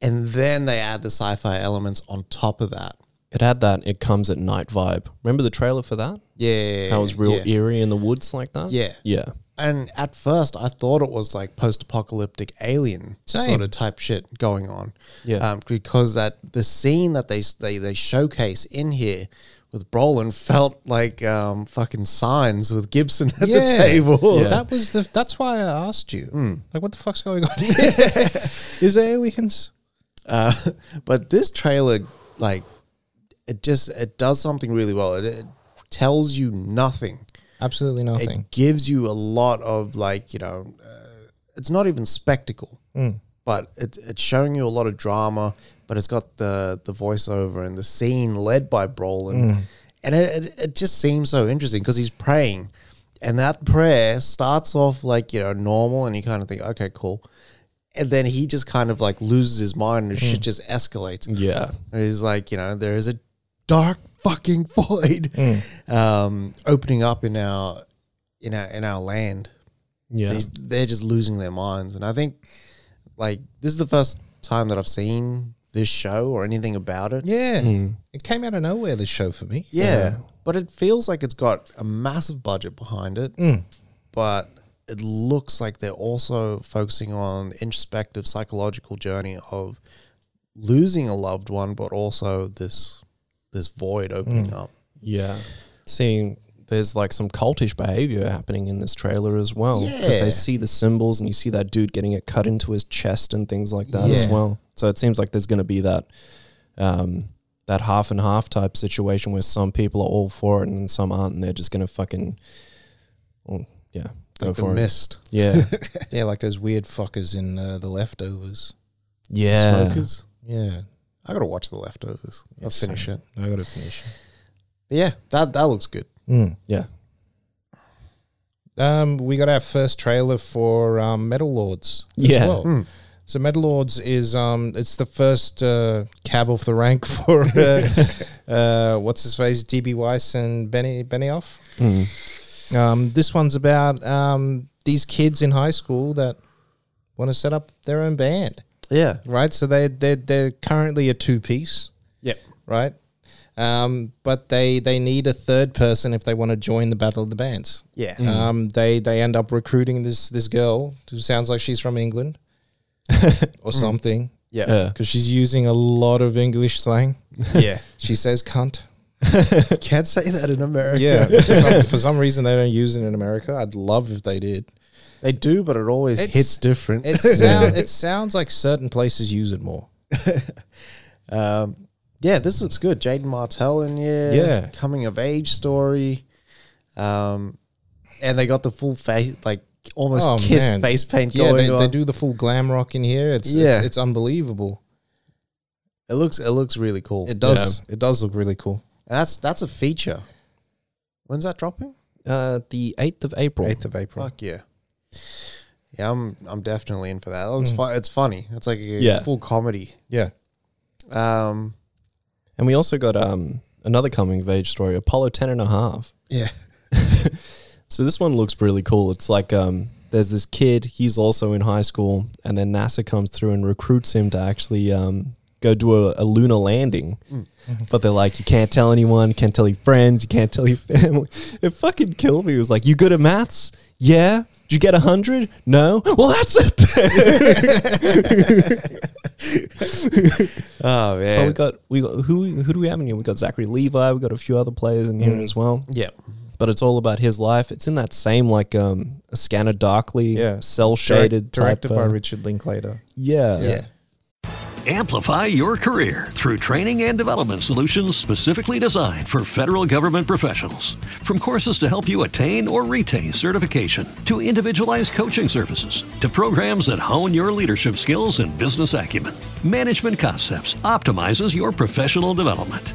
[SPEAKER 1] and then they add the sci-fi elements on top of that.
[SPEAKER 2] It had that it comes at night vibe. Remember the trailer for that?
[SPEAKER 1] Yeah,
[SPEAKER 2] How it was real
[SPEAKER 1] yeah.
[SPEAKER 2] eerie in the woods like that?
[SPEAKER 1] Yeah.
[SPEAKER 2] Yeah.
[SPEAKER 1] And at first, I thought it was like post-apocalyptic alien
[SPEAKER 5] Same.
[SPEAKER 1] sort of type shit going on.
[SPEAKER 2] Yeah.
[SPEAKER 1] um, because that the scene that they they they showcase in here with Brolin felt like um, fucking signs with Gibson at the table.
[SPEAKER 5] That was the. That's why I asked you. Like, what the fuck's going on? Here? Is there aliens?
[SPEAKER 1] Uh, but this trailer, like, it just it does something really well. It, it tells you nothing.
[SPEAKER 5] Absolutely nothing.
[SPEAKER 1] It gives you a lot of like you know, uh, it's not even spectacle, but it, it's showing you a lot of drama. But it's got the the voiceover and the scene led by Brolin, and it, it it just seems so interesting because he's praying, and that prayer starts off like you know normal, and you kind of think okay cool, and then he just kind of like loses his mind and shit just escalates.
[SPEAKER 2] Yeah.
[SPEAKER 1] And He's like, you know, there is a dark fucking void um, opening up in our in our in our land.
[SPEAKER 2] Yeah.
[SPEAKER 1] These- They're just losing their minds, and I think like this is the first time that I've seen this show or anything about it.
[SPEAKER 5] Yeah. It came out of nowhere, this show for me.
[SPEAKER 1] Yeah, but it feels like it's got a massive budget behind it, but it looks like they're also focusing on the introspective psychological journey of losing a loved one, but also this this void opening up.
[SPEAKER 2] Yeah. Seeing there's like some cultish behavior happening in this trailer as well. Because
[SPEAKER 1] Yeah.
[SPEAKER 2] they see the symbols and you see that dude getting it cut into his chest and things like that as
[SPEAKER 5] Yeah.
[SPEAKER 2] well. So it seems like there's going to be that, um, that half and half type situation where some people are all for it and some aren't and they're just going to fucking, well, yeah, go
[SPEAKER 1] Like the
[SPEAKER 2] for it.
[SPEAKER 1] mist.
[SPEAKER 2] Yeah.
[SPEAKER 5] Yeah, like those weird fuckers in uh, The Leftovers.
[SPEAKER 2] yeah.
[SPEAKER 1] Smokers.
[SPEAKER 5] Yeah.
[SPEAKER 1] I gotta watch the leftovers. I'll
[SPEAKER 5] Yes.
[SPEAKER 1] finish it.
[SPEAKER 5] I got to finish.
[SPEAKER 1] But yeah, that that looks good.
[SPEAKER 5] Mm.
[SPEAKER 2] Yeah.
[SPEAKER 5] Um, we got our first trailer for um, Metal Lords as
[SPEAKER 2] Yeah.
[SPEAKER 5] well. So Metal Lords is um, it's the first uh, cab off the rank for uh, uh, what's his face DB Weiss and Benny Benioff. Um, this one's about um, these kids in high school that want to set up their own band,
[SPEAKER 1] Yeah.
[SPEAKER 5] right? So they they they're currently a two piece
[SPEAKER 1] Yep.
[SPEAKER 5] right? Um, but they they need a third person if they want to join the battle of the bands.
[SPEAKER 1] Yeah.
[SPEAKER 5] Um, they they end up recruiting this this girl who sounds like she's from England or something
[SPEAKER 1] Mm. Yeah.
[SPEAKER 2] Yeah.
[SPEAKER 5] because she's using a lot of English slang.
[SPEAKER 1] Yeah.
[SPEAKER 5] She says cunt.
[SPEAKER 1] You can't say that in America.
[SPEAKER 5] Yeah, for some, for some reason they don't use it in America. I'd love if they did.
[SPEAKER 1] They do, but it always
[SPEAKER 5] It's-
[SPEAKER 1] hits different.
[SPEAKER 5] It sound, it sounds like certain places use it more.
[SPEAKER 1] Um, yeah, this looks good. Jaden Martell in here.
[SPEAKER 5] Yeah.
[SPEAKER 1] Coming of age story. Um, and they got the full face, like almost
[SPEAKER 5] Oh,
[SPEAKER 1] kiss
[SPEAKER 5] man.
[SPEAKER 1] face paint
[SPEAKER 5] Yeah,
[SPEAKER 1] going
[SPEAKER 5] they,
[SPEAKER 1] on.
[SPEAKER 5] they do the full glam rock in here. It's
[SPEAKER 1] Yeah.
[SPEAKER 5] it's, it's unbelievable.
[SPEAKER 1] It looks, it looks really cool.
[SPEAKER 5] It does it does look really cool.
[SPEAKER 1] And that's that's a feature. When's that dropping?
[SPEAKER 2] Uh, the 8th of April.
[SPEAKER 5] Eighth of April.
[SPEAKER 1] Fuck yeah. Yeah, I'm I'm definitely in for that. That looks
[SPEAKER 5] Mm.
[SPEAKER 1] fun. It's funny. It's like a
[SPEAKER 2] Yeah.
[SPEAKER 1] full comedy.
[SPEAKER 5] Yeah.
[SPEAKER 1] Um,
[SPEAKER 2] And we also got um, another coming of age story, Apollo 10 and a half.
[SPEAKER 5] Yeah.
[SPEAKER 2] So this one looks really cool. It's like um, there's this kid. He's also in high school, and then NASA comes through and recruits him to actually um, go do a, a lunar landing. But they're like, you can't tell anyone. You can't tell your friends. You can't tell your family. It fucking killed me. It was like, you good at maths? Yeah. Did you get a hundred? No. Well, that's it.
[SPEAKER 1] oh
[SPEAKER 2] But we
[SPEAKER 1] man.
[SPEAKER 2] got we got who who do we have in here? We got Zachary Levi. We got a few other players in here as well.
[SPEAKER 1] Yeah.
[SPEAKER 2] But it's all about his life. It's in that same like um, a Scanner Darkly,
[SPEAKER 5] Yeah.
[SPEAKER 2] cell shaded,
[SPEAKER 5] directed
[SPEAKER 2] type,
[SPEAKER 5] by
[SPEAKER 2] uh,
[SPEAKER 5] Richard Linklater.
[SPEAKER 2] Yeah.
[SPEAKER 7] Amplify your career through training and development solutions specifically designed for federal government professionals. From courses to help you attain or retain certification, to individualized coaching services, to programs that hone your leadership skills and business acumen, Management Concepts optimizes your professional development.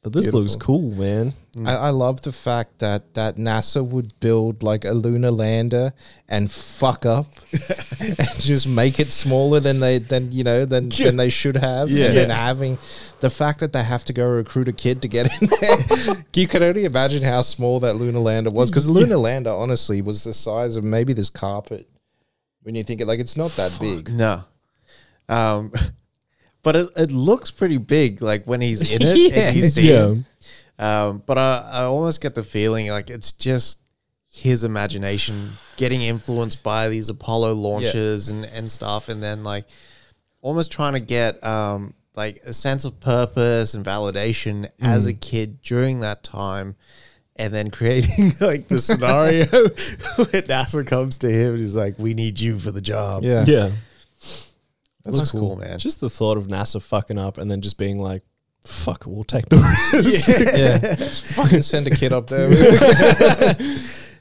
[SPEAKER 2] But this looks cool, man.
[SPEAKER 5] I, I love the fact that that NASA would build like a lunar lander and fuck up and just make it smaller than they than you know than than they should have. Yeah. And then having the fact that they have to go recruit a kid to get in there. you can only imagine how small that lunar lander was because the lunar lander honestly was the size of maybe this carpet. When you think it like it's not that big.
[SPEAKER 1] No. Um, but it, it looks pretty big, like when he's in it
[SPEAKER 5] Yeah.
[SPEAKER 1] and you see
[SPEAKER 2] Yeah.
[SPEAKER 1] him. Um, but I, I almost get the feeling like it's just his imagination getting influenced by these Apollo launches and, and stuff, and then like almost trying to get um, like a sense of purpose and validation as
[SPEAKER 5] Mm.
[SPEAKER 1] a kid during that time. And then creating like the scenario where NASA comes to him and he's like, "We need you for the job."
[SPEAKER 5] Yeah.
[SPEAKER 2] Yeah.
[SPEAKER 1] that looks cool, man.
[SPEAKER 2] Just the thought of NASA fucking up and then just being like, fuck, we'll take the risk.
[SPEAKER 5] Yeah. fucking send a kid up there.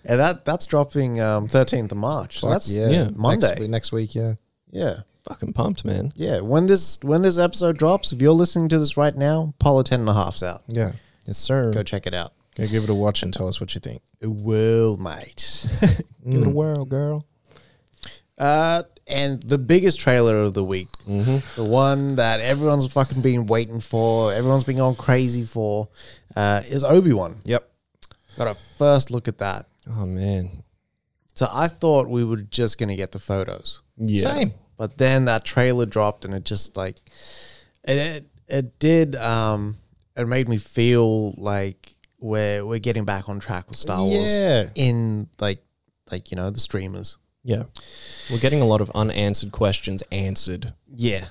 [SPEAKER 1] And that that's dropping um, 13th of March. So that's
[SPEAKER 5] yeah.
[SPEAKER 2] yeah,
[SPEAKER 1] Monday.
[SPEAKER 5] Next week, next week, yeah.
[SPEAKER 1] Yeah.
[SPEAKER 2] fucking pumped, man.
[SPEAKER 1] Yeah. When this when this episode drops, if you're listening to this right now, Apollo 10 and a half's out.
[SPEAKER 5] Yeah.
[SPEAKER 2] Yes, sir.
[SPEAKER 1] Go check it out.
[SPEAKER 5] Go give it a watch and tell us what you think. Mm.
[SPEAKER 1] It will, mate.
[SPEAKER 2] Give it a whirl, girl.
[SPEAKER 1] Uh, and the biggest trailer of the week, the one that everyone's fucking been waiting for, everyone's been going crazy for, uh, is Obi Wan.
[SPEAKER 5] Yep.
[SPEAKER 1] Got a first look at that.
[SPEAKER 2] Oh man.
[SPEAKER 1] So I thought we were just going to get the photos.
[SPEAKER 2] Yeah.
[SPEAKER 5] Same.
[SPEAKER 1] But then that trailer dropped, and it just like it it, it did. Um, it made me feel like we're we're getting back on track with Star Wars.
[SPEAKER 5] Yeah.
[SPEAKER 1] In like like you know the streamers.
[SPEAKER 2] Yeah. We're getting a lot of unanswered questions answered.
[SPEAKER 1] Yeah.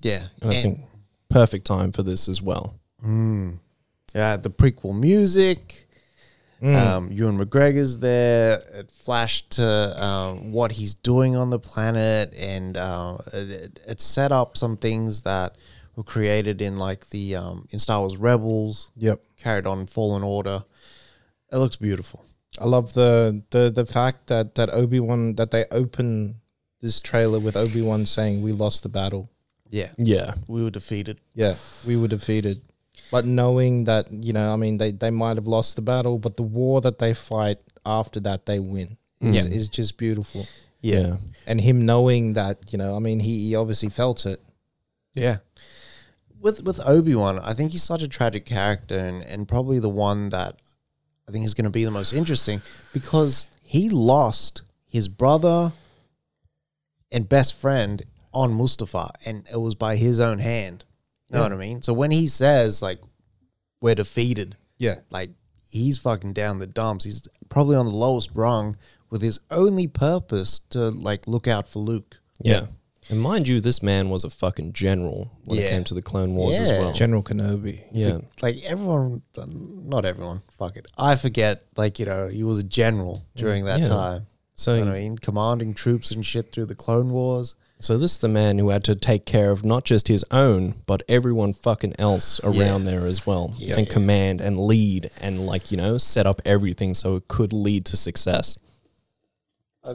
[SPEAKER 1] Yeah.
[SPEAKER 2] And, I
[SPEAKER 1] And-
[SPEAKER 2] think perfect time for this as well.
[SPEAKER 1] uh, the prequel music. Um, Ewan McGregor's there. It flashed to um, what he's doing on the planet, and uh, it, it- it set up some things that were created in like the um, in Star Wars Rebels.
[SPEAKER 5] Yep.
[SPEAKER 1] Carried on Fallen Order. It looks beautiful.
[SPEAKER 5] I love the the the fact that that Obi Wan that they open this trailer with Obi Wan saying we lost the battle.
[SPEAKER 1] Yeah,
[SPEAKER 2] Yeah.
[SPEAKER 1] we were defeated.
[SPEAKER 5] Yeah, we were defeated. But knowing that you know, I mean, they they might have lost the battle, but the war that they fight after that they win is is just beautiful.
[SPEAKER 2] Yeah.
[SPEAKER 5] And him knowing that you know, I mean, he, he obviously felt it.
[SPEAKER 1] Yeah. With with Obi Wan, I think he's such a tragic character and, and probably the one that I think is gonna be the most interesting because he lost his brother and best friend on Mustafa and it was by his own hand. You know what I mean? So when he says like we're defeated,
[SPEAKER 5] Yeah.
[SPEAKER 1] like he's fucking down the dumps. He's probably on the lowest rung with his only purpose to like look out for Luke.
[SPEAKER 2] Yeah. And mind you, this man was a fucking general when
[SPEAKER 1] Yeah.
[SPEAKER 2] it came to the Clone Wars as
[SPEAKER 1] Yeah.
[SPEAKER 2] well.
[SPEAKER 5] General Kenobi.
[SPEAKER 2] yeah.
[SPEAKER 1] like everyone, not everyone, fuck it. I forget, like, you know, he was a general during that
[SPEAKER 2] Yeah.
[SPEAKER 1] time.
[SPEAKER 2] So
[SPEAKER 1] You know what I mean? Commanding troops and shit through the Clone Wars.
[SPEAKER 2] So this is the man who had to take care of not just his own, but everyone fucking else around there as well, and command and lead and like you know set up everything so it could lead to success.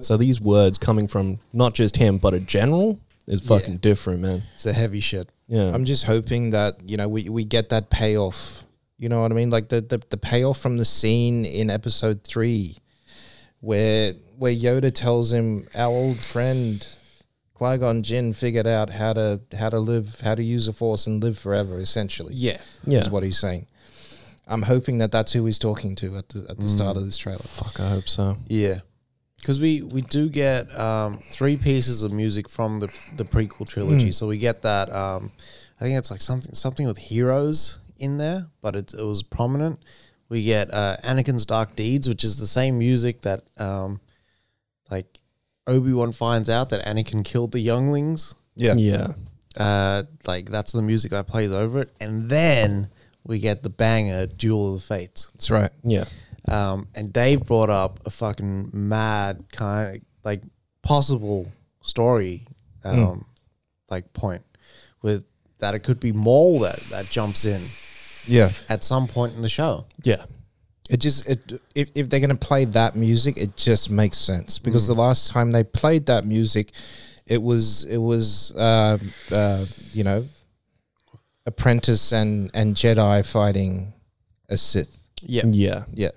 [SPEAKER 2] So these words coming from not just him but a general is fucking different, man.
[SPEAKER 1] It's a heavy shit.
[SPEAKER 2] Yeah,
[SPEAKER 5] I'm just hoping that you know we, we get that payoff. You know what I mean? Like the, the the payoff from the scene in episode three, where where Yoda tells him our old friend Qui Gon Jinn figured out how to how to live, how to use the Force and live forever. Essentially,
[SPEAKER 1] Yeah.
[SPEAKER 2] Yeah.
[SPEAKER 5] is what he's saying. I'm hoping that that's who he's talking to at the at the start of this trailer.
[SPEAKER 2] Mm. fuck. I hope so.
[SPEAKER 1] Yeah. Because we, we do get um, three pieces of music from the, the prequel trilogy. So we get that, um, I think it's like something something with heroes in there, but it, it was prominent. We get uh, Anakin's Dark Deeds, which is the same music that, um, like, Obi Wan finds out that Anakin killed the younglings.
[SPEAKER 5] Yeah,
[SPEAKER 2] Yeah,
[SPEAKER 1] Uh, like, that's the music that plays over it. And then we get the banger, Duel of the Fates.
[SPEAKER 5] that's right.
[SPEAKER 2] yeah,
[SPEAKER 1] Um, and Dave brought up a fucking mad kind of like possible story, um, like point with that it could be Maul that, that jumps in
[SPEAKER 5] Yeah,
[SPEAKER 1] at some point in the show.
[SPEAKER 2] yeah,
[SPEAKER 5] It just it if, if they're gonna play that music, it just makes sense because the last time they played that music, it was it was uh, uh, you know, apprentice and and Jedi fighting a Sith.
[SPEAKER 1] Yeah.
[SPEAKER 2] yeah.
[SPEAKER 5] Yeah,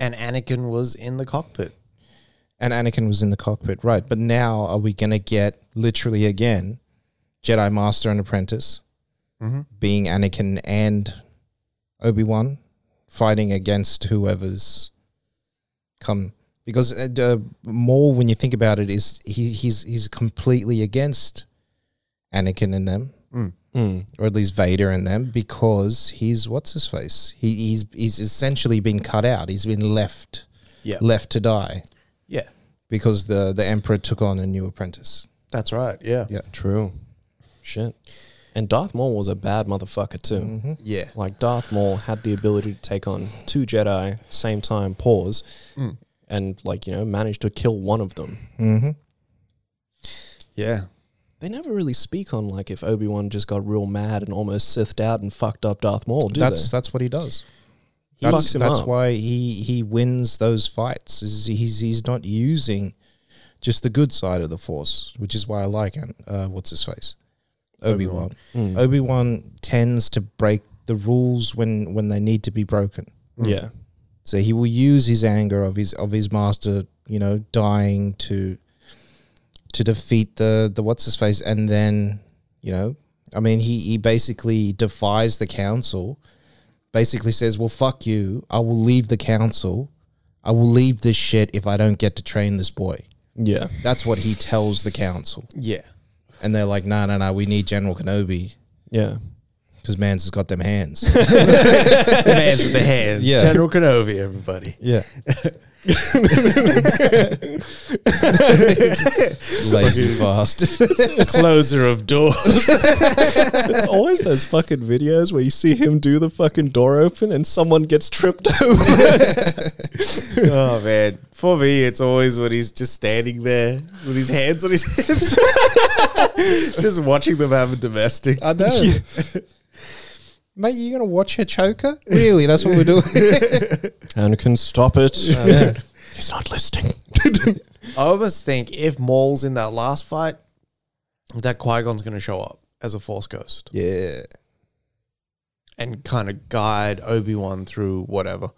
[SPEAKER 1] And Anakin was in the cockpit.
[SPEAKER 5] and Anakin was in the cockpit, right? But now are we gonna get literally again Jedi Master and Apprentice being Anakin and Obi Wan fighting against whoever's come because uh, uh, Maul, when you think about it, is he he's he's completely against Anakin and them, or at least Vader and them, because he's what's his face. He he's he's essentially been cut out. He's been left
[SPEAKER 1] Yeah.
[SPEAKER 5] left to die
[SPEAKER 1] Yeah.
[SPEAKER 5] because the the emperor took on a new apprentice.
[SPEAKER 1] That's right. Yeah.
[SPEAKER 5] Yeah.
[SPEAKER 2] True. Shit. And Darth Maul was a bad motherfucker too.
[SPEAKER 5] Mm-hmm.
[SPEAKER 1] Yeah.
[SPEAKER 2] Like Darth Maul had the ability to take on two Jedi same time, pause,
[SPEAKER 1] Mm.
[SPEAKER 2] and like you know managed to kill one of them.
[SPEAKER 1] Yeah.
[SPEAKER 2] They never really speak on like if Obi Wan just got real mad and almost sithed out and fucked up Darth Maul. Do
[SPEAKER 5] that's
[SPEAKER 2] they?
[SPEAKER 5] that's what he does.
[SPEAKER 2] He
[SPEAKER 5] that's
[SPEAKER 2] fucks him
[SPEAKER 5] that's
[SPEAKER 2] up.
[SPEAKER 5] why he he wins those fights. Is he's he's not using just the good side of the force, which is why I like him. Uh, what's his face? Obi Wan.
[SPEAKER 2] Hmm.
[SPEAKER 5] Obi Wan tends to break the rules when when they need to be broken.
[SPEAKER 2] yeah,
[SPEAKER 5] So he will use his anger of his of his master, you know, dying to to defeat the the what's his face, and then you know, I mean, he he basically defies the council basically says, "Well, fuck you. I will leave the council. I will leave this shit if I don't get to train this boy."
[SPEAKER 2] Yeah.
[SPEAKER 5] That's what he tells the council,
[SPEAKER 1] Yeah.
[SPEAKER 5] and they're like, "No, no, no. We need General Kenobi
[SPEAKER 2] Yeah.
[SPEAKER 5] because man's has got them hands."
[SPEAKER 1] The man's with the hands.
[SPEAKER 2] Yeah.
[SPEAKER 1] General Kenobi, everybody.
[SPEAKER 5] yeah.
[SPEAKER 2] Lazy fast.
[SPEAKER 1] Closer of doors.
[SPEAKER 2] it's always those fucking videos where you see him do the fucking door open and someone gets tripped over.
[SPEAKER 1] oh man. For me, it's always when he's just standing there with his hands on his hips. just watching them have a domestic.
[SPEAKER 5] I know. Mate, you're gonna watch her choker? Really? That's what we're doing.
[SPEAKER 2] And can stop it. He's not listening.
[SPEAKER 1] I almost think if Maul's in that last fight, that Qui Gon's going to show up as a Force ghost
[SPEAKER 5] yeah.
[SPEAKER 1] and kind of guide Obi Wan through whatever.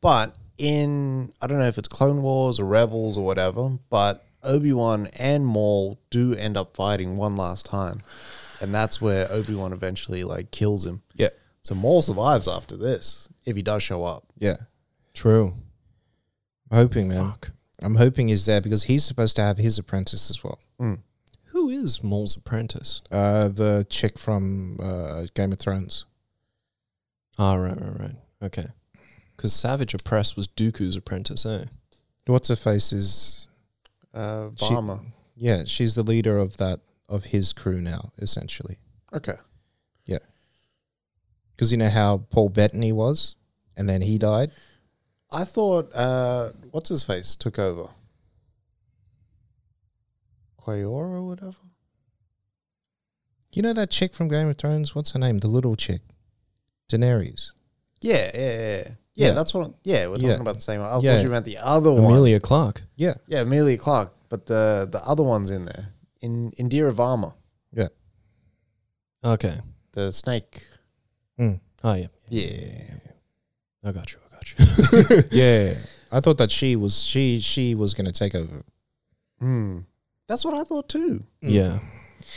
[SPEAKER 1] But in I don't know if it's Clone Wars or Rebels or whatever, but Obi Wan and Maul do end up fighting one last time, and that's where Obi Wan eventually like kills him.
[SPEAKER 5] Yeah.
[SPEAKER 1] So Maul survives after this if he does show up.
[SPEAKER 5] Yeah.
[SPEAKER 2] True.
[SPEAKER 5] I'm hoping, man. I'm hoping he's there because he's supposed to have his apprentice as well.
[SPEAKER 2] Who is Maul's apprentice?
[SPEAKER 5] Uh, the chick from uh, Game of Thrones.
[SPEAKER 2] Ah, right, right, right. Okay. Because Savage Oppress was Dooku's apprentice, eh?
[SPEAKER 5] What's her face is
[SPEAKER 1] Uh,
[SPEAKER 5] She-
[SPEAKER 1] Varma.
[SPEAKER 5] yeah, she's the leader of that of his crew now, essentially.
[SPEAKER 1] okay.
[SPEAKER 5] Because you know how Paul Bettany was, and then he died.
[SPEAKER 1] I thought uh, what's his face took over. Quayora or whatever.
[SPEAKER 5] You know that chick from Game of Thrones? What's her name? The little chick, Daenerys.
[SPEAKER 1] Yeah, yeah, yeah, yeah. Yeah,
[SPEAKER 5] Yeah.
[SPEAKER 1] that's what. I'm, yeah, we're
[SPEAKER 5] Yeah.
[SPEAKER 1] talking about the same. one. I
[SPEAKER 5] Yeah.
[SPEAKER 1] thought you meant the other one.
[SPEAKER 2] Amelia Clark.
[SPEAKER 5] Yeah,
[SPEAKER 1] Yeah, Amelia Clark, but the the other one's in there. In Indira Varma,
[SPEAKER 5] yeah.
[SPEAKER 2] Okay.
[SPEAKER 1] the snake.
[SPEAKER 5] Mm.
[SPEAKER 2] Oh, yeah.
[SPEAKER 1] Yeah,
[SPEAKER 2] I got you. I got you.
[SPEAKER 5] yeah. I thought that she was she she was going to take over.
[SPEAKER 1] that's what I thought too.
[SPEAKER 2] yeah.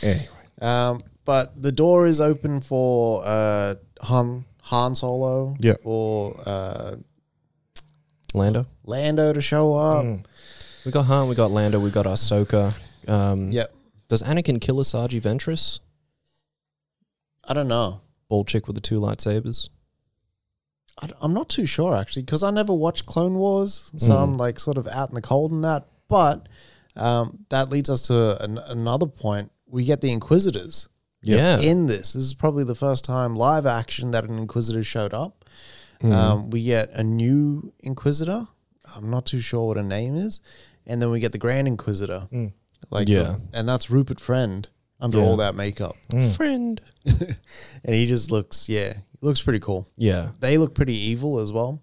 [SPEAKER 5] Anyway,
[SPEAKER 1] Um, but the door is open for uh, Han Han Solo.
[SPEAKER 5] Yeah.
[SPEAKER 1] or uh,
[SPEAKER 2] Lando.
[SPEAKER 1] Lando to show up.
[SPEAKER 5] Mm.
[SPEAKER 2] We got Han, we got Lando, we got Ahsoka. Um,
[SPEAKER 1] Yep.
[SPEAKER 2] Does Anakin kill Asajj Ventress?
[SPEAKER 1] I don't know.
[SPEAKER 2] Bald chick with the two lightsabers?
[SPEAKER 1] I, am not too sure actually because I never watched Clone Wars, so
[SPEAKER 2] Mm.
[SPEAKER 1] I'm like sort of out in the cold on that. But um, that leads us to an, another point. We get the Inquisitors
[SPEAKER 2] Yeah.
[SPEAKER 1] in this. This is probably the first time live action that an Inquisitor showed up.
[SPEAKER 2] Mm.
[SPEAKER 1] Um, we get a new Inquisitor. I'm not too sure what her name is, and then we get the Grand Inquisitor. Like
[SPEAKER 2] Mm. Yeah.
[SPEAKER 1] and that's Rupert Friend under
[SPEAKER 2] Yeah. Mm.
[SPEAKER 1] all that makeup,
[SPEAKER 2] Friend.
[SPEAKER 1] and he just looks yeah, he looks pretty cool
[SPEAKER 2] Yeah.
[SPEAKER 1] they look pretty evil as well.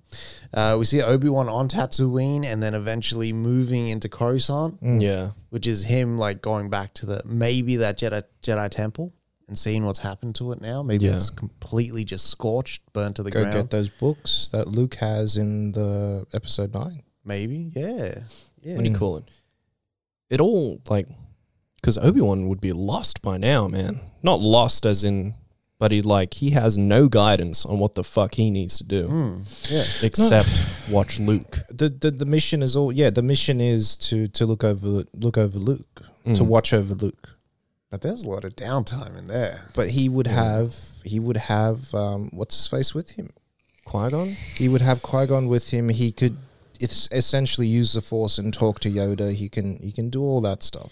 [SPEAKER 1] Uh, we see Obi Wan on Tatooine, and then eventually moving into Coruscant,
[SPEAKER 5] Mm.
[SPEAKER 2] Yeah.
[SPEAKER 1] which is him like going back to the maybe that Jedi Jedi Temple and seeing what's happened to it now. Maybe
[SPEAKER 2] Yeah.
[SPEAKER 1] it's completely just scorched, burnt to the
[SPEAKER 5] go
[SPEAKER 1] ground.
[SPEAKER 5] get those books that Luke has in the episode nine.
[SPEAKER 1] Maybe, yeah, yeah.
[SPEAKER 2] What do you call it? It all, like, because Obi Wan would be lost by now, man. Not lost as in, but he, like, he has no guidance on what the fuck he needs to do.
[SPEAKER 1] Hmm,
[SPEAKER 2] Except watch Luke.
[SPEAKER 5] The, the the mission is all yeah. The mission is to to look over look over Luke to watch over Luke.
[SPEAKER 1] But there's a lot of downtime in there.
[SPEAKER 5] But he would have he would have um, what's his face with him.
[SPEAKER 2] Qui Gon?
[SPEAKER 5] He would have Qui Gon with him. He could it's essentially use the Force and talk to Yoda. He can he can do all that stuff.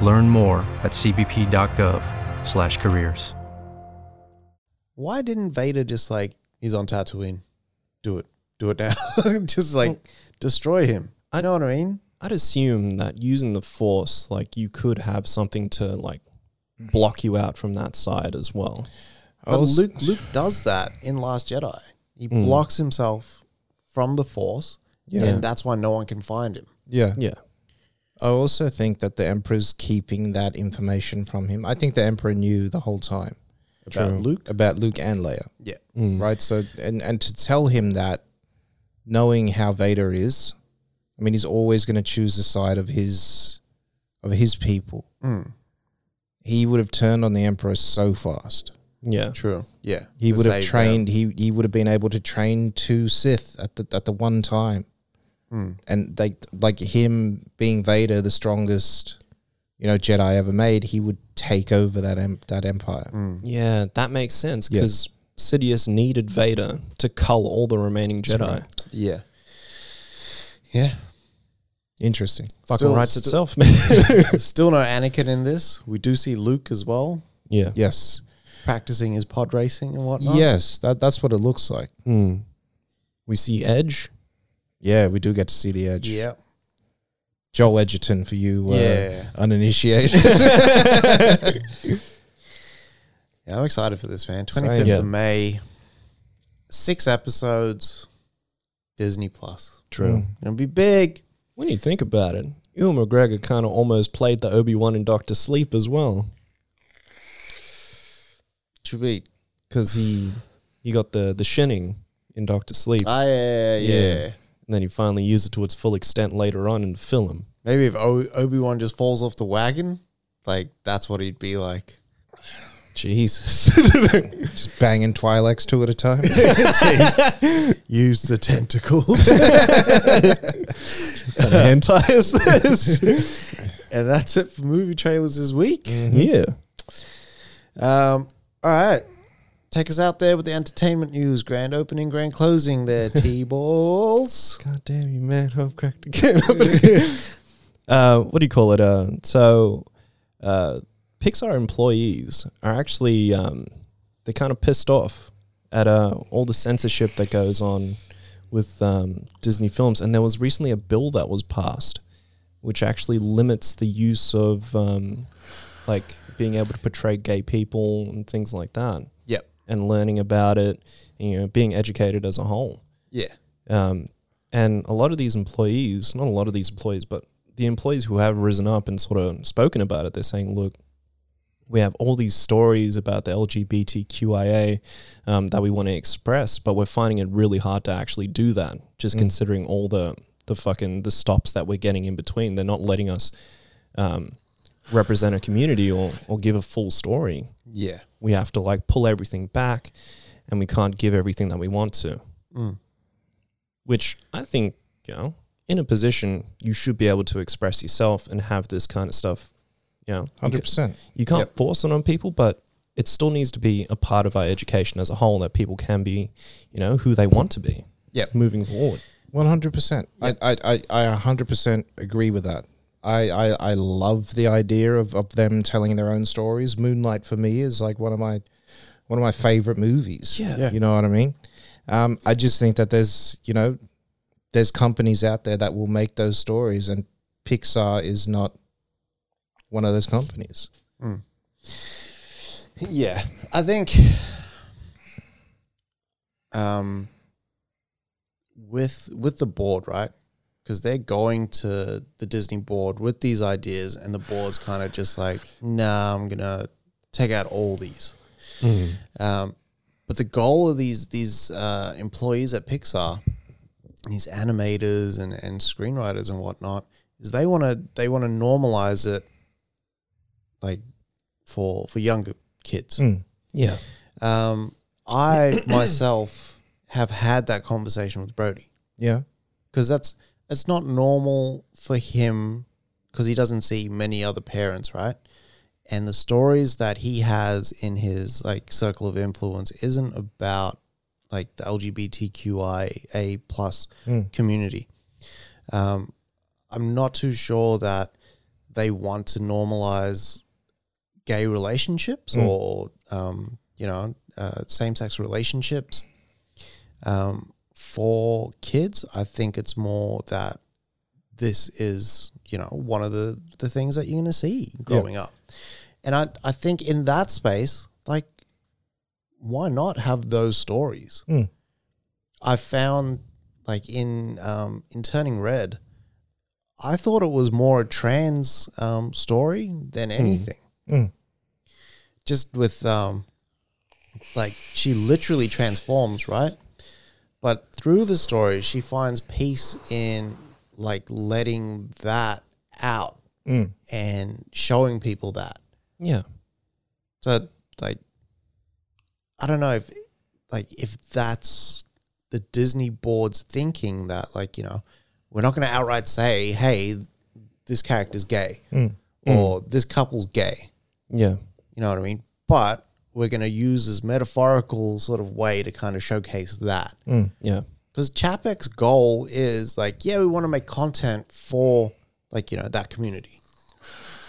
[SPEAKER 6] Learn more at cbp.gov/careers.
[SPEAKER 1] Why didn't Vader just like he's on Tatooine? Do it, do it now. just like destroy him. I know what I mean.
[SPEAKER 2] I'd assume that using the force, like you could have something to like block you out from that side as well.
[SPEAKER 1] But Luke Luke does that in Last Jedi. He blocks himself from the Force, and that's why no one can find him.
[SPEAKER 5] Yeah.
[SPEAKER 2] Yeah.
[SPEAKER 5] I also think that the Emperor's keeping that information from him. I think the Emperor knew the whole time.
[SPEAKER 1] About Luke?
[SPEAKER 5] About Luke and Leia.
[SPEAKER 1] Yeah,
[SPEAKER 5] Right? So and, and to tell him that knowing how Vader is, I mean he's always gonna choose the side of his of his people.
[SPEAKER 1] Mm.
[SPEAKER 5] He would have turned on the Emperor so fast.
[SPEAKER 2] Yeah.
[SPEAKER 1] true. Yeah,
[SPEAKER 5] He
[SPEAKER 1] To
[SPEAKER 5] would have
[SPEAKER 1] save
[SPEAKER 5] trained. He he would have been able to train two Sith at the at the one time,
[SPEAKER 1] Mm.
[SPEAKER 5] and they like him being Vader, the strongest, you know, Jedi ever made. He would take over that em- that empire.
[SPEAKER 1] Mm.
[SPEAKER 2] Yeah, that makes sense
[SPEAKER 5] Yeah.
[SPEAKER 2] because Sidious needed Vader to cull all the remaining Jedi.
[SPEAKER 1] them. Yeah, yeah.
[SPEAKER 5] Interesting.
[SPEAKER 2] Fucking
[SPEAKER 1] Still-
[SPEAKER 2] writes
[SPEAKER 1] still-
[SPEAKER 2] itself, man.
[SPEAKER 1] Still no Anakin in this. We do see Luke as well
[SPEAKER 2] yeah.
[SPEAKER 5] Yes,
[SPEAKER 1] practicing his pod racing and whatnot.
[SPEAKER 5] yes. That that's what it looks like.
[SPEAKER 2] Hmm. We see Edge.
[SPEAKER 5] Yeah, we do get to see the edge.
[SPEAKER 1] yeah.
[SPEAKER 5] Joel Edgerton for you, uh,
[SPEAKER 1] Yeah.
[SPEAKER 5] uninitiated.
[SPEAKER 1] Yeah, I'm excited for this, man.
[SPEAKER 5] Same.
[SPEAKER 1] 25th
[SPEAKER 2] Yeah.
[SPEAKER 1] of May, six episodes, Disney Plus.
[SPEAKER 2] True.
[SPEAKER 1] Gonna be big.
[SPEAKER 2] When you think about it, Ewan McGregor kind of almost played the Obi Wan in Doctor Sleep as well
[SPEAKER 1] Should be.
[SPEAKER 2] because he he got the the shinning in Doctor Sleep,
[SPEAKER 1] Ah, yeah, yeah, yeah.
[SPEAKER 2] and then he finally used it to its full extent later on in the film.
[SPEAKER 1] Maybe if Obi Wan just falls off the wagon, like that's what he'd be like.
[SPEAKER 2] Jesus.
[SPEAKER 5] Just banging Twi'leks two at a time.
[SPEAKER 1] Use the tentacles,
[SPEAKER 2] kind of hentai is this?
[SPEAKER 1] and that's it for movie trailers this week.
[SPEAKER 2] yeah.
[SPEAKER 1] Mm-hmm. Um, all right, take us out there with the entertainment news. Grand opening, grand closing. There, T balls.
[SPEAKER 2] God damn you, man. I've cracked again. uh, what do you call it? Uh, so, uh, Pixar employees are actually, um, they're kind of pissed off at uh, all the censorship that goes on with um, Disney films. And there was recently a bill that was passed which actually limits the use of, um, like, being able to portray gay people and things like that
[SPEAKER 1] Yep.
[SPEAKER 2] and learning about it and, you know, being educated as a whole.
[SPEAKER 1] Yeah.
[SPEAKER 2] Um, and a lot of these employees, not a lot of these employees, but the employees who have risen up and sort of spoken about it, they're saying, look, we have all these stories about the LGBTQIA um, that we want to express, but we're finding it really hard to actually do that, just considering all the, the fucking the stops that we're getting in between. They're not letting us um, represent a community or, or give a full story
[SPEAKER 1] Yeah.
[SPEAKER 2] we have to like pull everything back and we can't give everything that we want to.
[SPEAKER 5] Mm.
[SPEAKER 2] Which I think, you know, in a position you should be able to express yourself and have this kind of stuff. You know, You
[SPEAKER 5] Hundred
[SPEAKER 2] ca-
[SPEAKER 5] percent.
[SPEAKER 2] you can't force it on people, but it still needs to be a part of our education as a whole that people can be, you know, who they want to be.
[SPEAKER 1] Yep.
[SPEAKER 2] Moving forward.
[SPEAKER 5] One hundred percent. I I I a hundred percent agree with that. I, I I love the idea of of them telling their own stories. Moonlight for me is like one of my one of my favorite movies.
[SPEAKER 2] Yeah. Yeah.
[SPEAKER 5] you know what I mean. Um, I just think that there's you know there's companies out there that will make those stories, and Pixar is not one of those companies.
[SPEAKER 1] Yeah, I think um with with the board, right? Because they're going to the Disney board with these ideas, and the board's kind of just like, "Nah, I'm gonna take out all these." Um, but the goal of these these uh, employees at Pixar, these animators and, and screenwriters and whatnot, is they want to they want to normalize it, like for for younger kids.
[SPEAKER 2] Yeah.
[SPEAKER 1] Um, I myself have had that conversation with Brody
[SPEAKER 5] Yeah,
[SPEAKER 1] because that's it's not normal for him because he doesn't see many other parents, right? And the stories that he has in his like circle of influence isn't about like the LGBTQIA plus community. Um, I'm not too sure that they want to normalize gay relationships or um, you know uh, same sex relationships um, for kids. I think it's more that this is you know one of the the things that you're going to see growing up, and I I think in that space like why not have those stories? I found like in um, in Turning Red, I thought it was more a trans um, story than anything. Just with um, like she literally transforms, right? But through the story, she finds peace in like letting that out and showing people that.
[SPEAKER 2] Yeah.
[SPEAKER 1] So like I don't know if like if that's the Disney board's thinking that like, you know, we're not gonna outright say, hey, this character's gay or this couple's gay.
[SPEAKER 2] Mm. Yeah.
[SPEAKER 1] You know what I mean? But we're gonna use this metaphorical sort of way to kind of showcase that.
[SPEAKER 2] Mm. Yeah.
[SPEAKER 1] Because Chapek's goal is like, yeah, we want to make content for like, you know, that community.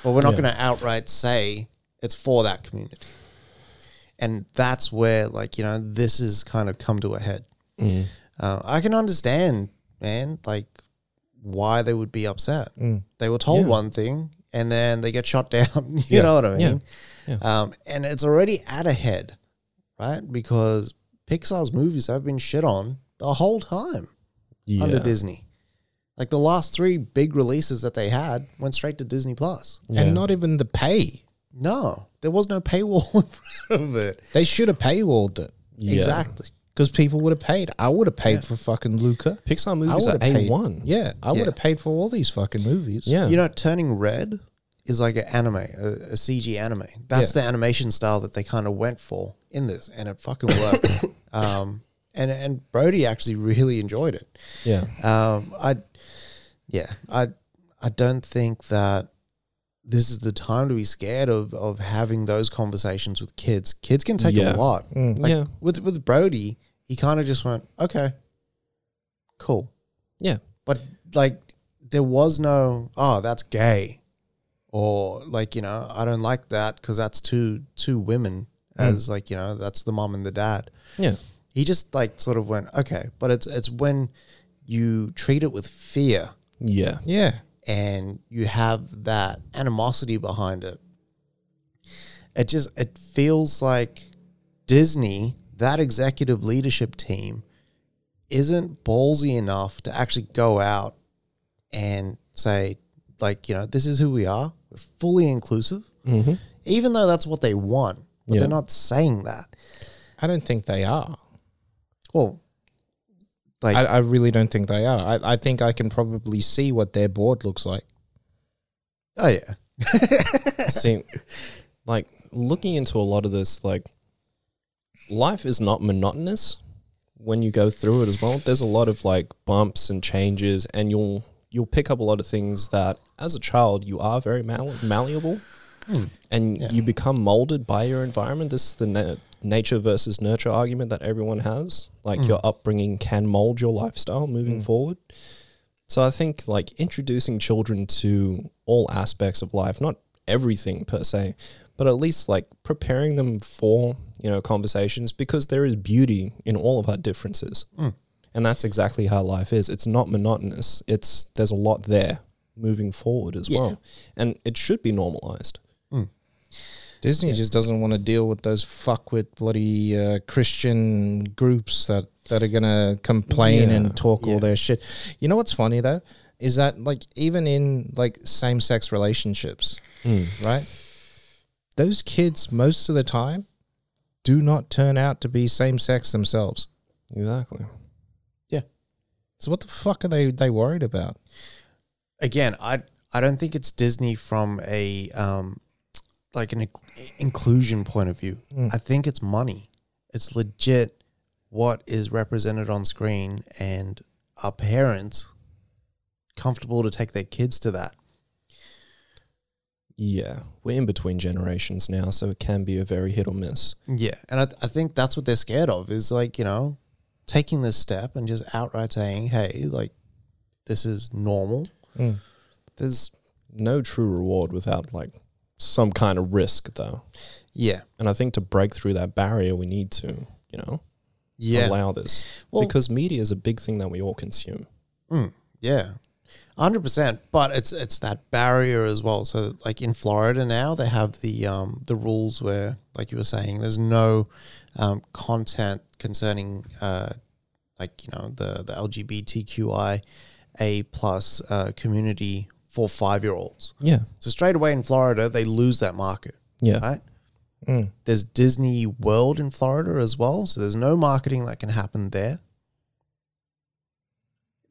[SPEAKER 1] But we're not gonna outright say it's for that community. And that's where like, you know, this has kind of come to a head. Uh, I can understand, man, like why they would be upset. They were told one thing and then they get shot down. you know what I mean? Um, and it's already at a head, right? Because Pixar's movies have been shit on the whole time under Disney. Like the last three big releases that they had went straight to Disney Plus.
[SPEAKER 5] And not even the pay.
[SPEAKER 1] No, there was no paywall in front of it.
[SPEAKER 5] They should have paywalled it.
[SPEAKER 1] Exactly.
[SPEAKER 5] Because people would have paid. I would have paid for fucking Luca.
[SPEAKER 2] Pixar
[SPEAKER 5] I
[SPEAKER 2] movies are
[SPEAKER 5] would've paid-
[SPEAKER 2] A1.
[SPEAKER 5] Yeah, I
[SPEAKER 1] Yeah.
[SPEAKER 5] would have paid for all these fucking movies.
[SPEAKER 2] Yeah.
[SPEAKER 1] You know, turning red is like an anime, a, a CG anime. That's the animation style that they kind of went for in this, and it fucking worked. um, and and Brody actually really enjoyed it.
[SPEAKER 2] yeah.
[SPEAKER 1] Um, I, yeah, I, I don't think that this is the time to be scared of of having those conversations with kids. Kids can take a
[SPEAKER 2] Yeah.
[SPEAKER 1] lot.
[SPEAKER 5] Mm,
[SPEAKER 1] Like,
[SPEAKER 2] Yeah.
[SPEAKER 1] With with Brody, he kind of just went, okay, cool.
[SPEAKER 2] Yeah.
[SPEAKER 1] But like, there was no, oh, that's gay, or like you know, I don't like that because that's two two women as like you know, that's the mom and the dad.
[SPEAKER 2] Yeah.
[SPEAKER 1] He just like sort of went, okay, but it's it's when you treat it with fear
[SPEAKER 2] Yeah.
[SPEAKER 5] Yeah.
[SPEAKER 1] and you have that animosity behind it. It just it feels like Disney, that executive leadership team, isn't ballsy enough to actually go out and say, like, you know, this is who we are. We're fully inclusive. Mm-hmm. Even though that's what they want. But
[SPEAKER 2] Yeah.
[SPEAKER 1] they're not saying that.
[SPEAKER 5] I don't think they are.
[SPEAKER 1] Well, like
[SPEAKER 5] I, I really don't think they are. I, I think I can probably see what their board looks like.
[SPEAKER 1] oh yeah.
[SPEAKER 2] See, like looking into a lot of this, like life is not monotonous when you go through it as well. There's a lot of like bumps and changes, and you'll you'll pick up a lot of things that as a child you are very malle- malleable, and you become molded by your environment. This is the na- nature versus nurture argument that everyone has. Like your upbringing can mold your lifestyle moving forward. So I think like introducing children to all aspects of life, not everything per se, but at least like preparing them for, you know, conversations because there is beauty in all of our differences. And that's exactly how life is. It's not monotonous. It's there's a lot there moving forward as well. And it should be normalized.
[SPEAKER 5] Disney just doesn't want to deal with those fuckwit bloody uh, Christian groups that, that are gonna complain and talk all their shit. You know what's funny though is that like even in like same sex relationships, right? Those kids most of the time do not turn out to be same sex themselves.
[SPEAKER 2] Exactly.
[SPEAKER 5] So what the fuck are they they worried about?
[SPEAKER 1] again, I I don't think it's Disney from a um like an inc- inclusion point of view. I think it's money. It's legit what is represented on screen and are parents comfortable to take their kids to that?
[SPEAKER 2] Yeah. We're in between generations now, so it can be a very hit or miss.
[SPEAKER 1] Yeah, and I, th- I think that's what they're scared of is like you know taking this step and just outright saying, "Hey, like this is normal."
[SPEAKER 2] There's no true reward without like some kind of risk, though.
[SPEAKER 1] Yeah,
[SPEAKER 2] And I think to break through that barrier, we need to, you know,
[SPEAKER 1] yeah,
[SPEAKER 2] allow this
[SPEAKER 1] Well-
[SPEAKER 2] because media is a big thing that we all consume.
[SPEAKER 1] Mm, yeah, hundred percent. But it's it's that barrier as well. So like in Florida now, they have the um, the rules where, like you were saying, there's no um, content concerning uh, like you know the the LGBTQIA plus uh, community for five year olds.
[SPEAKER 2] Yeah,
[SPEAKER 1] So straight away in Florida, they lose that market.
[SPEAKER 2] yeah,
[SPEAKER 1] Right. There's Disney World in Florida as well, so there's no marketing that can happen there.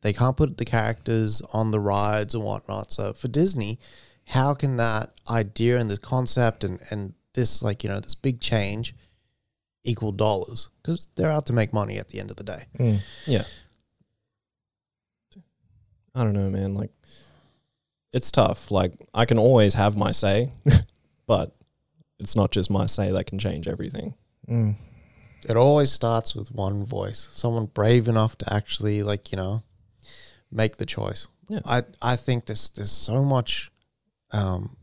[SPEAKER 1] They can't put the characters on the rides and whatnot. So for Disney, how can that idea and this concept and, and this like you know this big change equal dollars? Because they're out to make money at the end of the day.
[SPEAKER 2] yeah. I don't know, man. Like, it's tough. Like, I can always have my say, but it's not just my say that can change everything.
[SPEAKER 1] It always starts with one voice, someone brave enough to actually like you know make the choice.
[SPEAKER 2] Yeah.
[SPEAKER 1] I I think there's there's so much, um,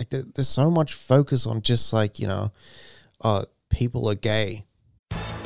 [SPEAKER 1] like there, there's so much focus on just like you know, uh, people are gay.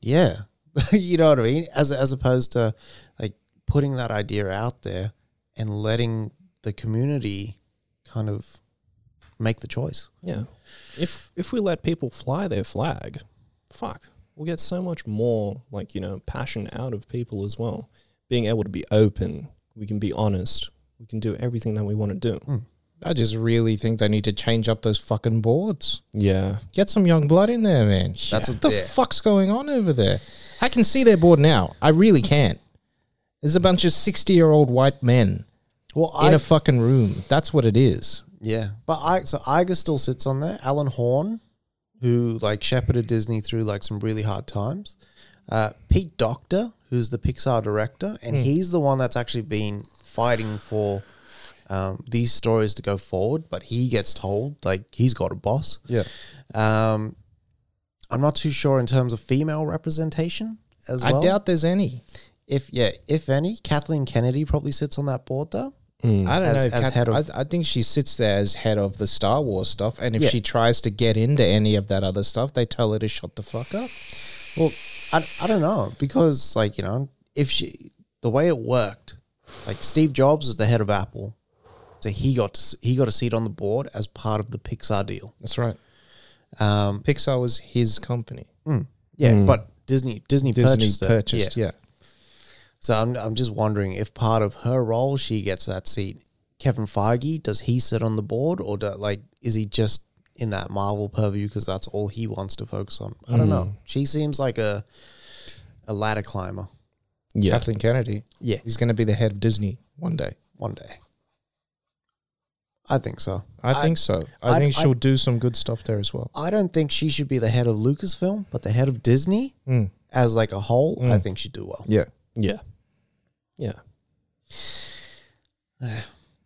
[SPEAKER 1] Yeah, you know what I mean. As as opposed to like putting that idea out there and letting the community kind of make the choice.
[SPEAKER 2] Yeah. If if we let people fly their flag, fuck, we'll get so much more like, you know, passion out of people as well. Being able to be open, we can be honest, we can do everything that we want to do.
[SPEAKER 5] I just really think they need to change up those fucking boards.
[SPEAKER 2] Yeah.
[SPEAKER 5] Get some young blood in there, man.
[SPEAKER 1] That's
[SPEAKER 5] what
[SPEAKER 1] what-
[SPEAKER 5] the
[SPEAKER 1] yeah.
[SPEAKER 5] fuck's going on over there. I can see their board now. I really can. There's a bunch of sixty-year-old white men
[SPEAKER 1] Well,
[SPEAKER 5] in a fucking room. That's what it is.
[SPEAKER 1] Yeah, but I so Iger still sits on there. Alan Horn, who like shepherded Disney through like some really hard times. Uh, Pete Doctor, who's the Pixar director, and
[SPEAKER 5] Hmm.
[SPEAKER 1] he's the one that's actually been fighting for um, these stories to go forward. But he gets told like he's got a boss.
[SPEAKER 5] Yeah.
[SPEAKER 1] Um, I'm not too sure in terms of female representation as well.
[SPEAKER 5] I doubt there's any.
[SPEAKER 1] if yeah, if any. Kathleen Kennedy probably sits on that board though.
[SPEAKER 5] I don't
[SPEAKER 1] As-
[SPEAKER 5] know. If
[SPEAKER 1] as
[SPEAKER 5] Kat-
[SPEAKER 1] head of-
[SPEAKER 5] I, I think she sits there as head of the Star Wars stuff, and if
[SPEAKER 1] Yeah.
[SPEAKER 5] she tries to get into any of that other stuff, they tell her to shut the fuck up.
[SPEAKER 1] Well, I, I don't know because like you know if she the way it worked, like Steve Jobs is the head of Apple, so he got to, s- he got a seat on the board as part of the Pixar deal.
[SPEAKER 5] That's right.
[SPEAKER 1] Um,
[SPEAKER 5] Pixar was his company.
[SPEAKER 1] yeah, but Disney Disney,
[SPEAKER 5] Hmm. Disney
[SPEAKER 1] purchased,
[SPEAKER 5] purchased.
[SPEAKER 1] it.
[SPEAKER 5] yeah.
[SPEAKER 1] So I'm I'm just wondering if part of her role she gets that seat. Kevin Feige does he sit on the board or do, like is he just in that Marvel purview because that's all he wants to focus on? I
[SPEAKER 5] Hmm.
[SPEAKER 1] don't know. She seems like a a ladder climber.
[SPEAKER 2] Yeah.
[SPEAKER 5] Kathleen Kennedy.
[SPEAKER 1] Yeah.
[SPEAKER 5] He's going to be the head of Disney one day.
[SPEAKER 1] one day. I think so.
[SPEAKER 5] I, think so. I,
[SPEAKER 1] I-
[SPEAKER 5] think
[SPEAKER 1] I-
[SPEAKER 5] she'll do some good stuff there as well.
[SPEAKER 1] I don't think she should be the head of Lucasfilm, but the head of Disney
[SPEAKER 5] Hmm.
[SPEAKER 1] as like a whole, I think she'd do well.
[SPEAKER 5] Yeah.
[SPEAKER 2] Yeah. Yeah.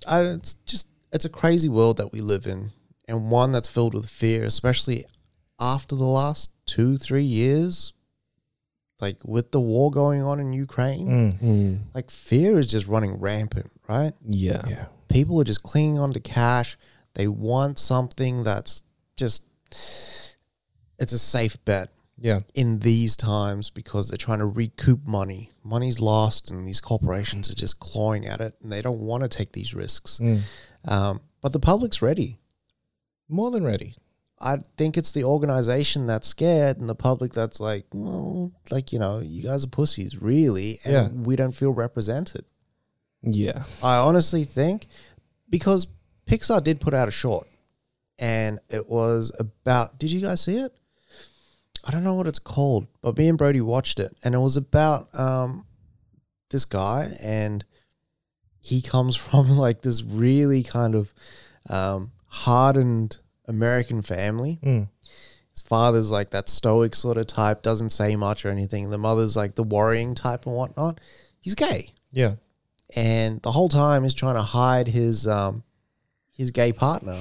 [SPEAKER 1] I, it's just it's a crazy world that we live in, and one that's filled with fear, especially after the last two three years, like with the war going on in Ukraine.
[SPEAKER 5] Hmm.
[SPEAKER 1] Like fear is just running rampant, right?
[SPEAKER 2] Yeah.
[SPEAKER 1] people are just clinging on to cash. They want something that's just it's a safe bet.
[SPEAKER 5] Yeah.
[SPEAKER 1] in these times because they're trying to recoup money. Money's lost, and these corporations are just clawing at it, and they don't want to take these risks. Um, but the public's ready.
[SPEAKER 5] More than ready.
[SPEAKER 1] I think it's the organization that's scared and the public that's like, well, like you know, you guys are pussies, really, and
[SPEAKER 5] Yeah.
[SPEAKER 1] we don't feel represented.
[SPEAKER 2] Yeah.
[SPEAKER 1] I honestly think because Pixar did put out a short and it was about did you guys see it? I don't know what it's called, but me and Brody watched it and it was about um this guy and he comes from like this really kind of um hardened American family. His father's like that stoic sort of type, doesn't say much or anything. The mother's like the worrying type and whatnot. He's gay
[SPEAKER 5] Yeah.
[SPEAKER 1] and the whole time he's trying to hide his um his gay partner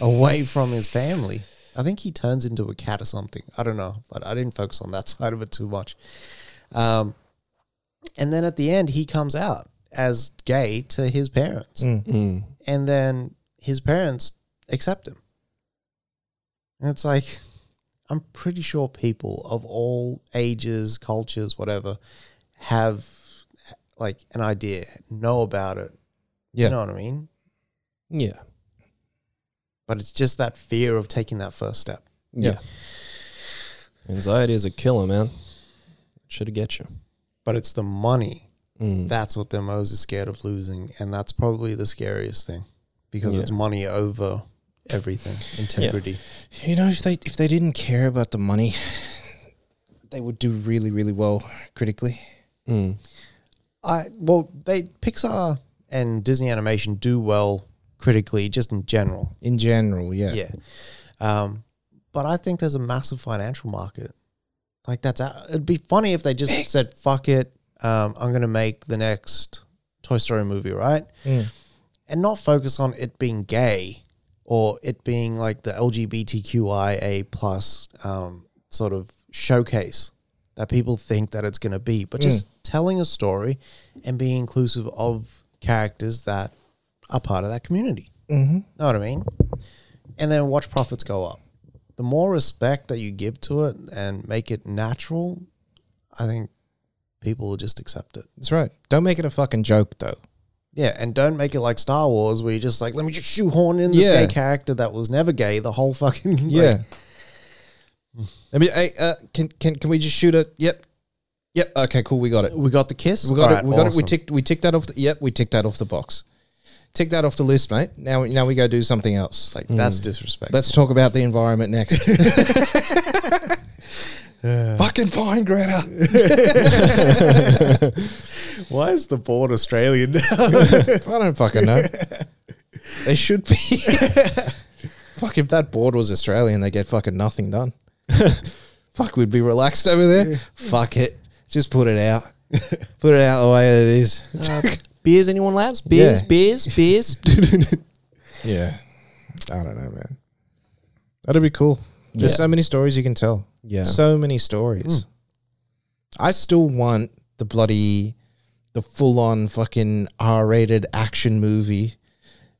[SPEAKER 1] away from his family. I think he turns into a cat or something. I don't know, but I didn't focus on that side of it too much. Um, and then at the end, he comes out as gay to his parents, and then his parents accept him. And it's like, I'm pretty sure people of all ages, cultures, whatever, have like an idea, know about it.
[SPEAKER 5] Yeah.
[SPEAKER 1] You know what I mean?
[SPEAKER 2] Yeah.
[SPEAKER 1] But it's just that fear of taking that first step.
[SPEAKER 2] Yeah. Anxiety is a killer, man. Should have get you.
[SPEAKER 1] But it's the money.
[SPEAKER 2] Mm.
[SPEAKER 1] That's what they're most scared of losing. And that's probably the scariest thing because
[SPEAKER 2] Yeah.
[SPEAKER 1] it's money over everything, integrity.
[SPEAKER 5] You know, if they if they didn't care about the money, they would do really, really well critically.
[SPEAKER 2] Mm.
[SPEAKER 1] I well, they Pixar and Disney Animation do well critically, just in general.
[SPEAKER 5] In general, yeah.
[SPEAKER 1] Yeah. Um, but I think there's a massive financial market. Like that's out. it'd be funny if they just said fuck it. Um, I'm gonna make the next Toy Story movie, right? And not focus on it being gay or it being like the LGBTQIA plus um, sort of showcase that people think that it's gonna be, but just telling a story and being inclusive of characters that are part of that community. Mm-hmm. Know what I mean? and then watch profits go up. The more respect that you give to it and make it natural, I think people will just accept it.
[SPEAKER 5] That's right. Don't make it a fucking joke though.
[SPEAKER 1] Yeah, and don't make it like Star Wars where you're just like, let me just shoehorn in this
[SPEAKER 5] Yeah.
[SPEAKER 1] gay character that was never gay the whole fucking like,
[SPEAKER 5] Yeah. I mean, hey, uh, can can can we just shoot it? Yep. Yep. Okay. Cool. We got it.
[SPEAKER 1] We got the kiss.
[SPEAKER 5] We got it.
[SPEAKER 1] Alright,
[SPEAKER 5] we got it. We
[SPEAKER 1] awesome.
[SPEAKER 5] ticked. We ticked that off. The, yep. We ticked that off the box. Tick that off the list, mate. Now, now we go do something else.
[SPEAKER 1] Like that's disrespect.
[SPEAKER 5] Let's talk about the environment next. Fucking fine, Greta.
[SPEAKER 1] why is the board Australian?
[SPEAKER 5] I don't fucking know. They should be. Fuck, if that board was Australian, they get fucking nothing done. Fuck, we'd be relaxed over there. Fuck it. Just put it out. Put it out the way that it is.
[SPEAKER 2] Uh, Beers, anyone lads?
[SPEAKER 5] Beers,
[SPEAKER 2] Beers,
[SPEAKER 5] Yeah.
[SPEAKER 2] beers, beers.
[SPEAKER 5] yeah. I don't know, man. That'd be cool. There's
[SPEAKER 2] Yeah.
[SPEAKER 5] so many stories you can tell.
[SPEAKER 2] Yeah.
[SPEAKER 5] So many stories. I still want the bloody, the full on fucking R rated action movie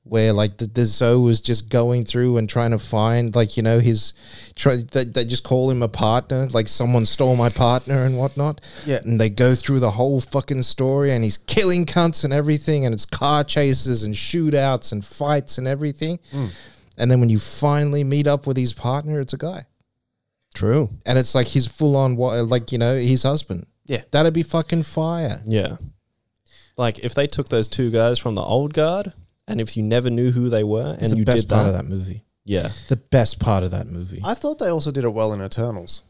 [SPEAKER 5] where like the, the Zoe was just going through and trying to find like, you know, his, try, they, they just call him a partner, like someone stole my partner and whatnot.
[SPEAKER 1] Yeah.
[SPEAKER 5] And they go through the whole fucking story and he's killing cunts and everything and it's car chases and shootouts and fights and everything.
[SPEAKER 2] Mm.
[SPEAKER 5] And then when you finally meet up with his partner, it's a guy
[SPEAKER 2] True.
[SPEAKER 5] and it's like his full on wa- like you know his husband.
[SPEAKER 1] Yeah.
[SPEAKER 5] that'd be fucking fire.
[SPEAKER 2] Yeah. Like if they took those two guys from the old guard, and if you never knew who they were, and
[SPEAKER 5] It's the
[SPEAKER 2] you
[SPEAKER 5] best
[SPEAKER 2] did
[SPEAKER 5] part
[SPEAKER 2] that,
[SPEAKER 5] of that movie.
[SPEAKER 2] yeah,
[SPEAKER 5] The best part of that movie.
[SPEAKER 1] I thought they also did it well in Eternals.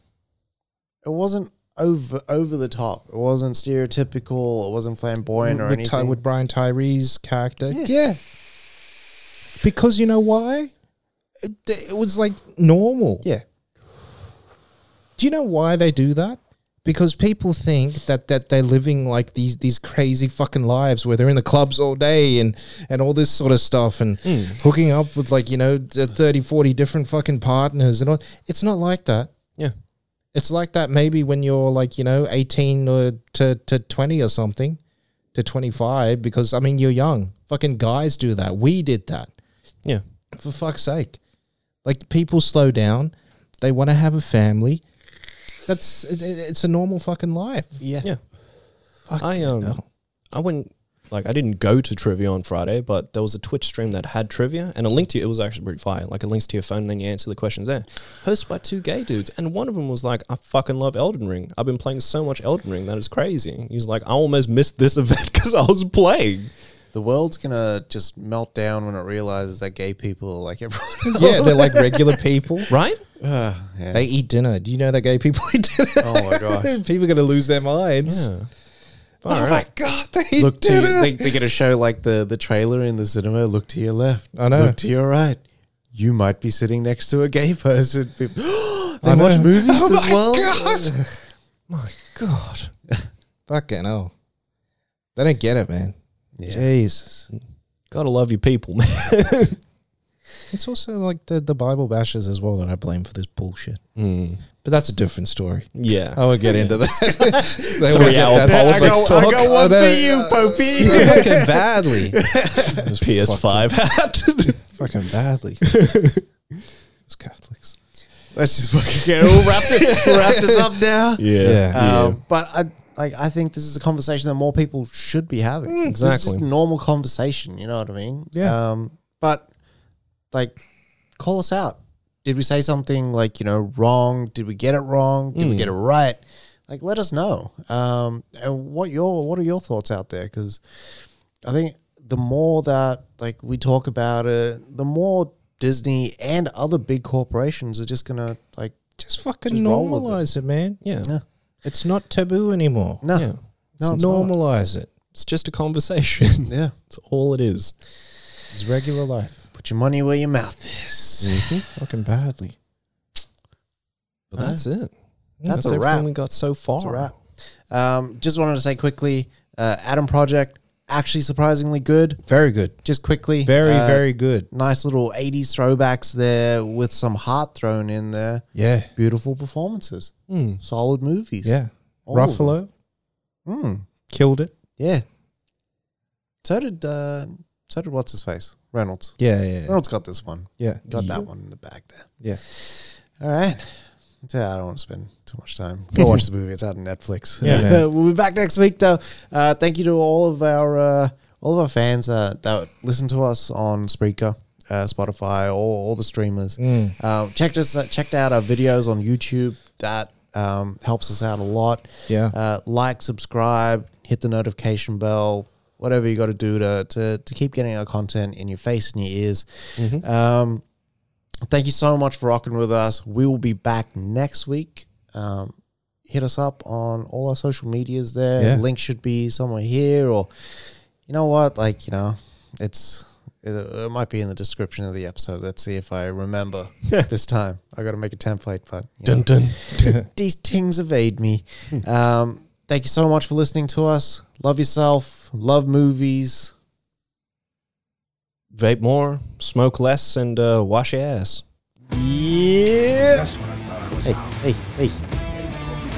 [SPEAKER 1] It wasn't over over the top. It wasn't stereotypical. It wasn't flamboyant or
[SPEAKER 5] with, Ty,
[SPEAKER 1] anything.
[SPEAKER 5] with Brian Tyree's character.
[SPEAKER 1] Yeah.
[SPEAKER 5] because you know why? It, it was like normal.
[SPEAKER 1] yeah,
[SPEAKER 5] Do you know why they do that? Because people think that, that they're living like these these crazy fucking lives where they're in the clubs all day and, and all this sort of stuff and hooking up with like, you know, the 30, 40 different fucking partners and all. It's not like that.
[SPEAKER 2] yeah,
[SPEAKER 5] It's like that maybe when you're like, you know, 18 or to, to 20 or something to 25 because I mean, you're young. Fucking guys do that. We did that
[SPEAKER 2] yeah,
[SPEAKER 5] for fuck's sake. Like people slow down, they want to have a family. That's it, it- it's a normal fucking life.
[SPEAKER 1] Yeah.
[SPEAKER 2] Yeah.
[SPEAKER 5] Fuck
[SPEAKER 2] I um
[SPEAKER 5] hell.
[SPEAKER 2] I went like I didn't go to trivia on Friday, but there was a Twitch stream that had trivia and a link to it was actually pretty fire. Like it links to your phone and then you answer the questions there. Hosted by two gay dudes and one of them was like, I fucking love Elden Ring. I've been playing so much Elden Ring that is crazy. He's like, I almost missed this event because I was playing.
[SPEAKER 1] The world's gonna just melt down when it realizes that gay people are like everyone.
[SPEAKER 5] yeah, they're like regular people.
[SPEAKER 2] Right?
[SPEAKER 5] They eat dinner. Do you know that gay people eat dinner?
[SPEAKER 1] Oh my God.
[SPEAKER 5] people are gonna lose their minds.
[SPEAKER 2] Yeah.
[SPEAKER 5] Oh my god, they eat
[SPEAKER 1] Look to
[SPEAKER 5] dinner.
[SPEAKER 1] you, they, they get a show like the the trailer in the cinema. Look to your left.
[SPEAKER 5] I know.
[SPEAKER 1] Look to your right. You might be sitting next to a gay person. they
[SPEAKER 5] I know.
[SPEAKER 1] watch movies
[SPEAKER 5] Oh
[SPEAKER 1] as
[SPEAKER 5] my
[SPEAKER 1] well.
[SPEAKER 5] God. my god, fucking hell. They don't get it, man. Jesus.
[SPEAKER 2] Gotta love your people, man.
[SPEAKER 5] It's also like the, the Bible bashers as well that I blame for this bullshit.
[SPEAKER 2] Hmm.
[SPEAKER 5] But that's a different story.
[SPEAKER 2] Yeah.
[SPEAKER 5] I won't get into that. they won't get
[SPEAKER 2] hour
[SPEAKER 5] that
[SPEAKER 2] politics
[SPEAKER 5] I got-
[SPEAKER 2] talk.
[SPEAKER 5] I got one for you.
[SPEAKER 1] Popey.
[SPEAKER 5] fucking badly.
[SPEAKER 2] PS5 hat.
[SPEAKER 5] Fucking, fucking badly. it's Catholics.
[SPEAKER 1] Let's just fucking get all wrapped it, wrap this up now.
[SPEAKER 5] Yeah.
[SPEAKER 1] Um, but I like I think this is a conversation that more people should be having. It's just-
[SPEAKER 2] exactly.
[SPEAKER 1] just normal conversation. You know what I mean?
[SPEAKER 5] Mm, Yeah.
[SPEAKER 1] Um, but like, call us out. Did we say something like you know wrong? Did we get it wrong? Did we
[SPEAKER 5] Mm.
[SPEAKER 1] get it right? Like, let us know. Um, and what your what are your thoughts out there? Because I think the more that like we talk about it, the more Disney and other big corporations are just gonna like
[SPEAKER 5] Just fucking
[SPEAKER 1] Just roll with
[SPEAKER 5] normalize it. man.
[SPEAKER 2] Yeah.
[SPEAKER 5] It's not taboo anymore.
[SPEAKER 1] no,
[SPEAKER 2] Yeah.
[SPEAKER 1] no,
[SPEAKER 5] Just
[SPEAKER 1] it's not.
[SPEAKER 5] normalize it.
[SPEAKER 2] It's just a conversation.
[SPEAKER 1] Yeah.
[SPEAKER 2] That's all it is.
[SPEAKER 5] It's regular life.
[SPEAKER 1] Put your money where your mouth is.
[SPEAKER 5] Mm-hmm. Fucking badly. Mm,
[SPEAKER 2] But that's it.
[SPEAKER 1] That's a
[SPEAKER 2] everything
[SPEAKER 1] wrap.
[SPEAKER 2] we got so far.
[SPEAKER 1] That's a wrap. Um, just wanted to say quickly, uh, Adam Project actually surprisingly good.
[SPEAKER 5] Very good.
[SPEAKER 1] Just quickly,
[SPEAKER 5] Very,
[SPEAKER 1] uh,
[SPEAKER 5] very good.
[SPEAKER 1] nice little '80s throwbacks there with some heart thrown in there.
[SPEAKER 5] Yeah.
[SPEAKER 1] Beautiful performances, solid movies.
[SPEAKER 5] Hmm. Yeah.
[SPEAKER 1] All of
[SPEAKER 5] Ruffalo. Killed it.
[SPEAKER 1] yeah. So did uh, so did what's his face Reynolds.
[SPEAKER 5] Yeah, yeah, yeah.
[SPEAKER 1] Reynolds got this one.
[SPEAKER 5] Yeah.
[SPEAKER 1] Oh. Got that one in the bag there.
[SPEAKER 5] Yeah.
[SPEAKER 1] All right. Yeah, I don't want to spend too much time. Go watch the movie. It's out on Netflix.
[SPEAKER 5] Yeah, man.
[SPEAKER 1] we'll be back next week, though. Uh, thank you to all of our uh, all of our fans uh, that listen to us on Spreaker, uh, Spotify, all, all the streamers.
[SPEAKER 5] Mm.
[SPEAKER 1] Um, checked us checked out our videos on YouTube. That um, helps us out a lot.
[SPEAKER 5] Yeah.
[SPEAKER 1] Uh, like, subscribe, hit the notification bell. Whatever you got to do to, to to keep getting our content in your face and your ears.
[SPEAKER 5] Mm-hmm.
[SPEAKER 1] Um, thank you so much for rocking with us. We will be back next week. Um, hit us up on all our social medias there.
[SPEAKER 5] Yeah.
[SPEAKER 1] Link should be somewhere here, or you know what? Like you know, it's it, it might be in the description of the episode. Let's see if I remember this time. I got to make a template, but you know, these things evade me. Um, thank you so much for listening to us. Love yourself. Love movies.
[SPEAKER 2] Vape more, smoke less, and uh, wash your ass.
[SPEAKER 1] Yeah. Hey, hey, hey.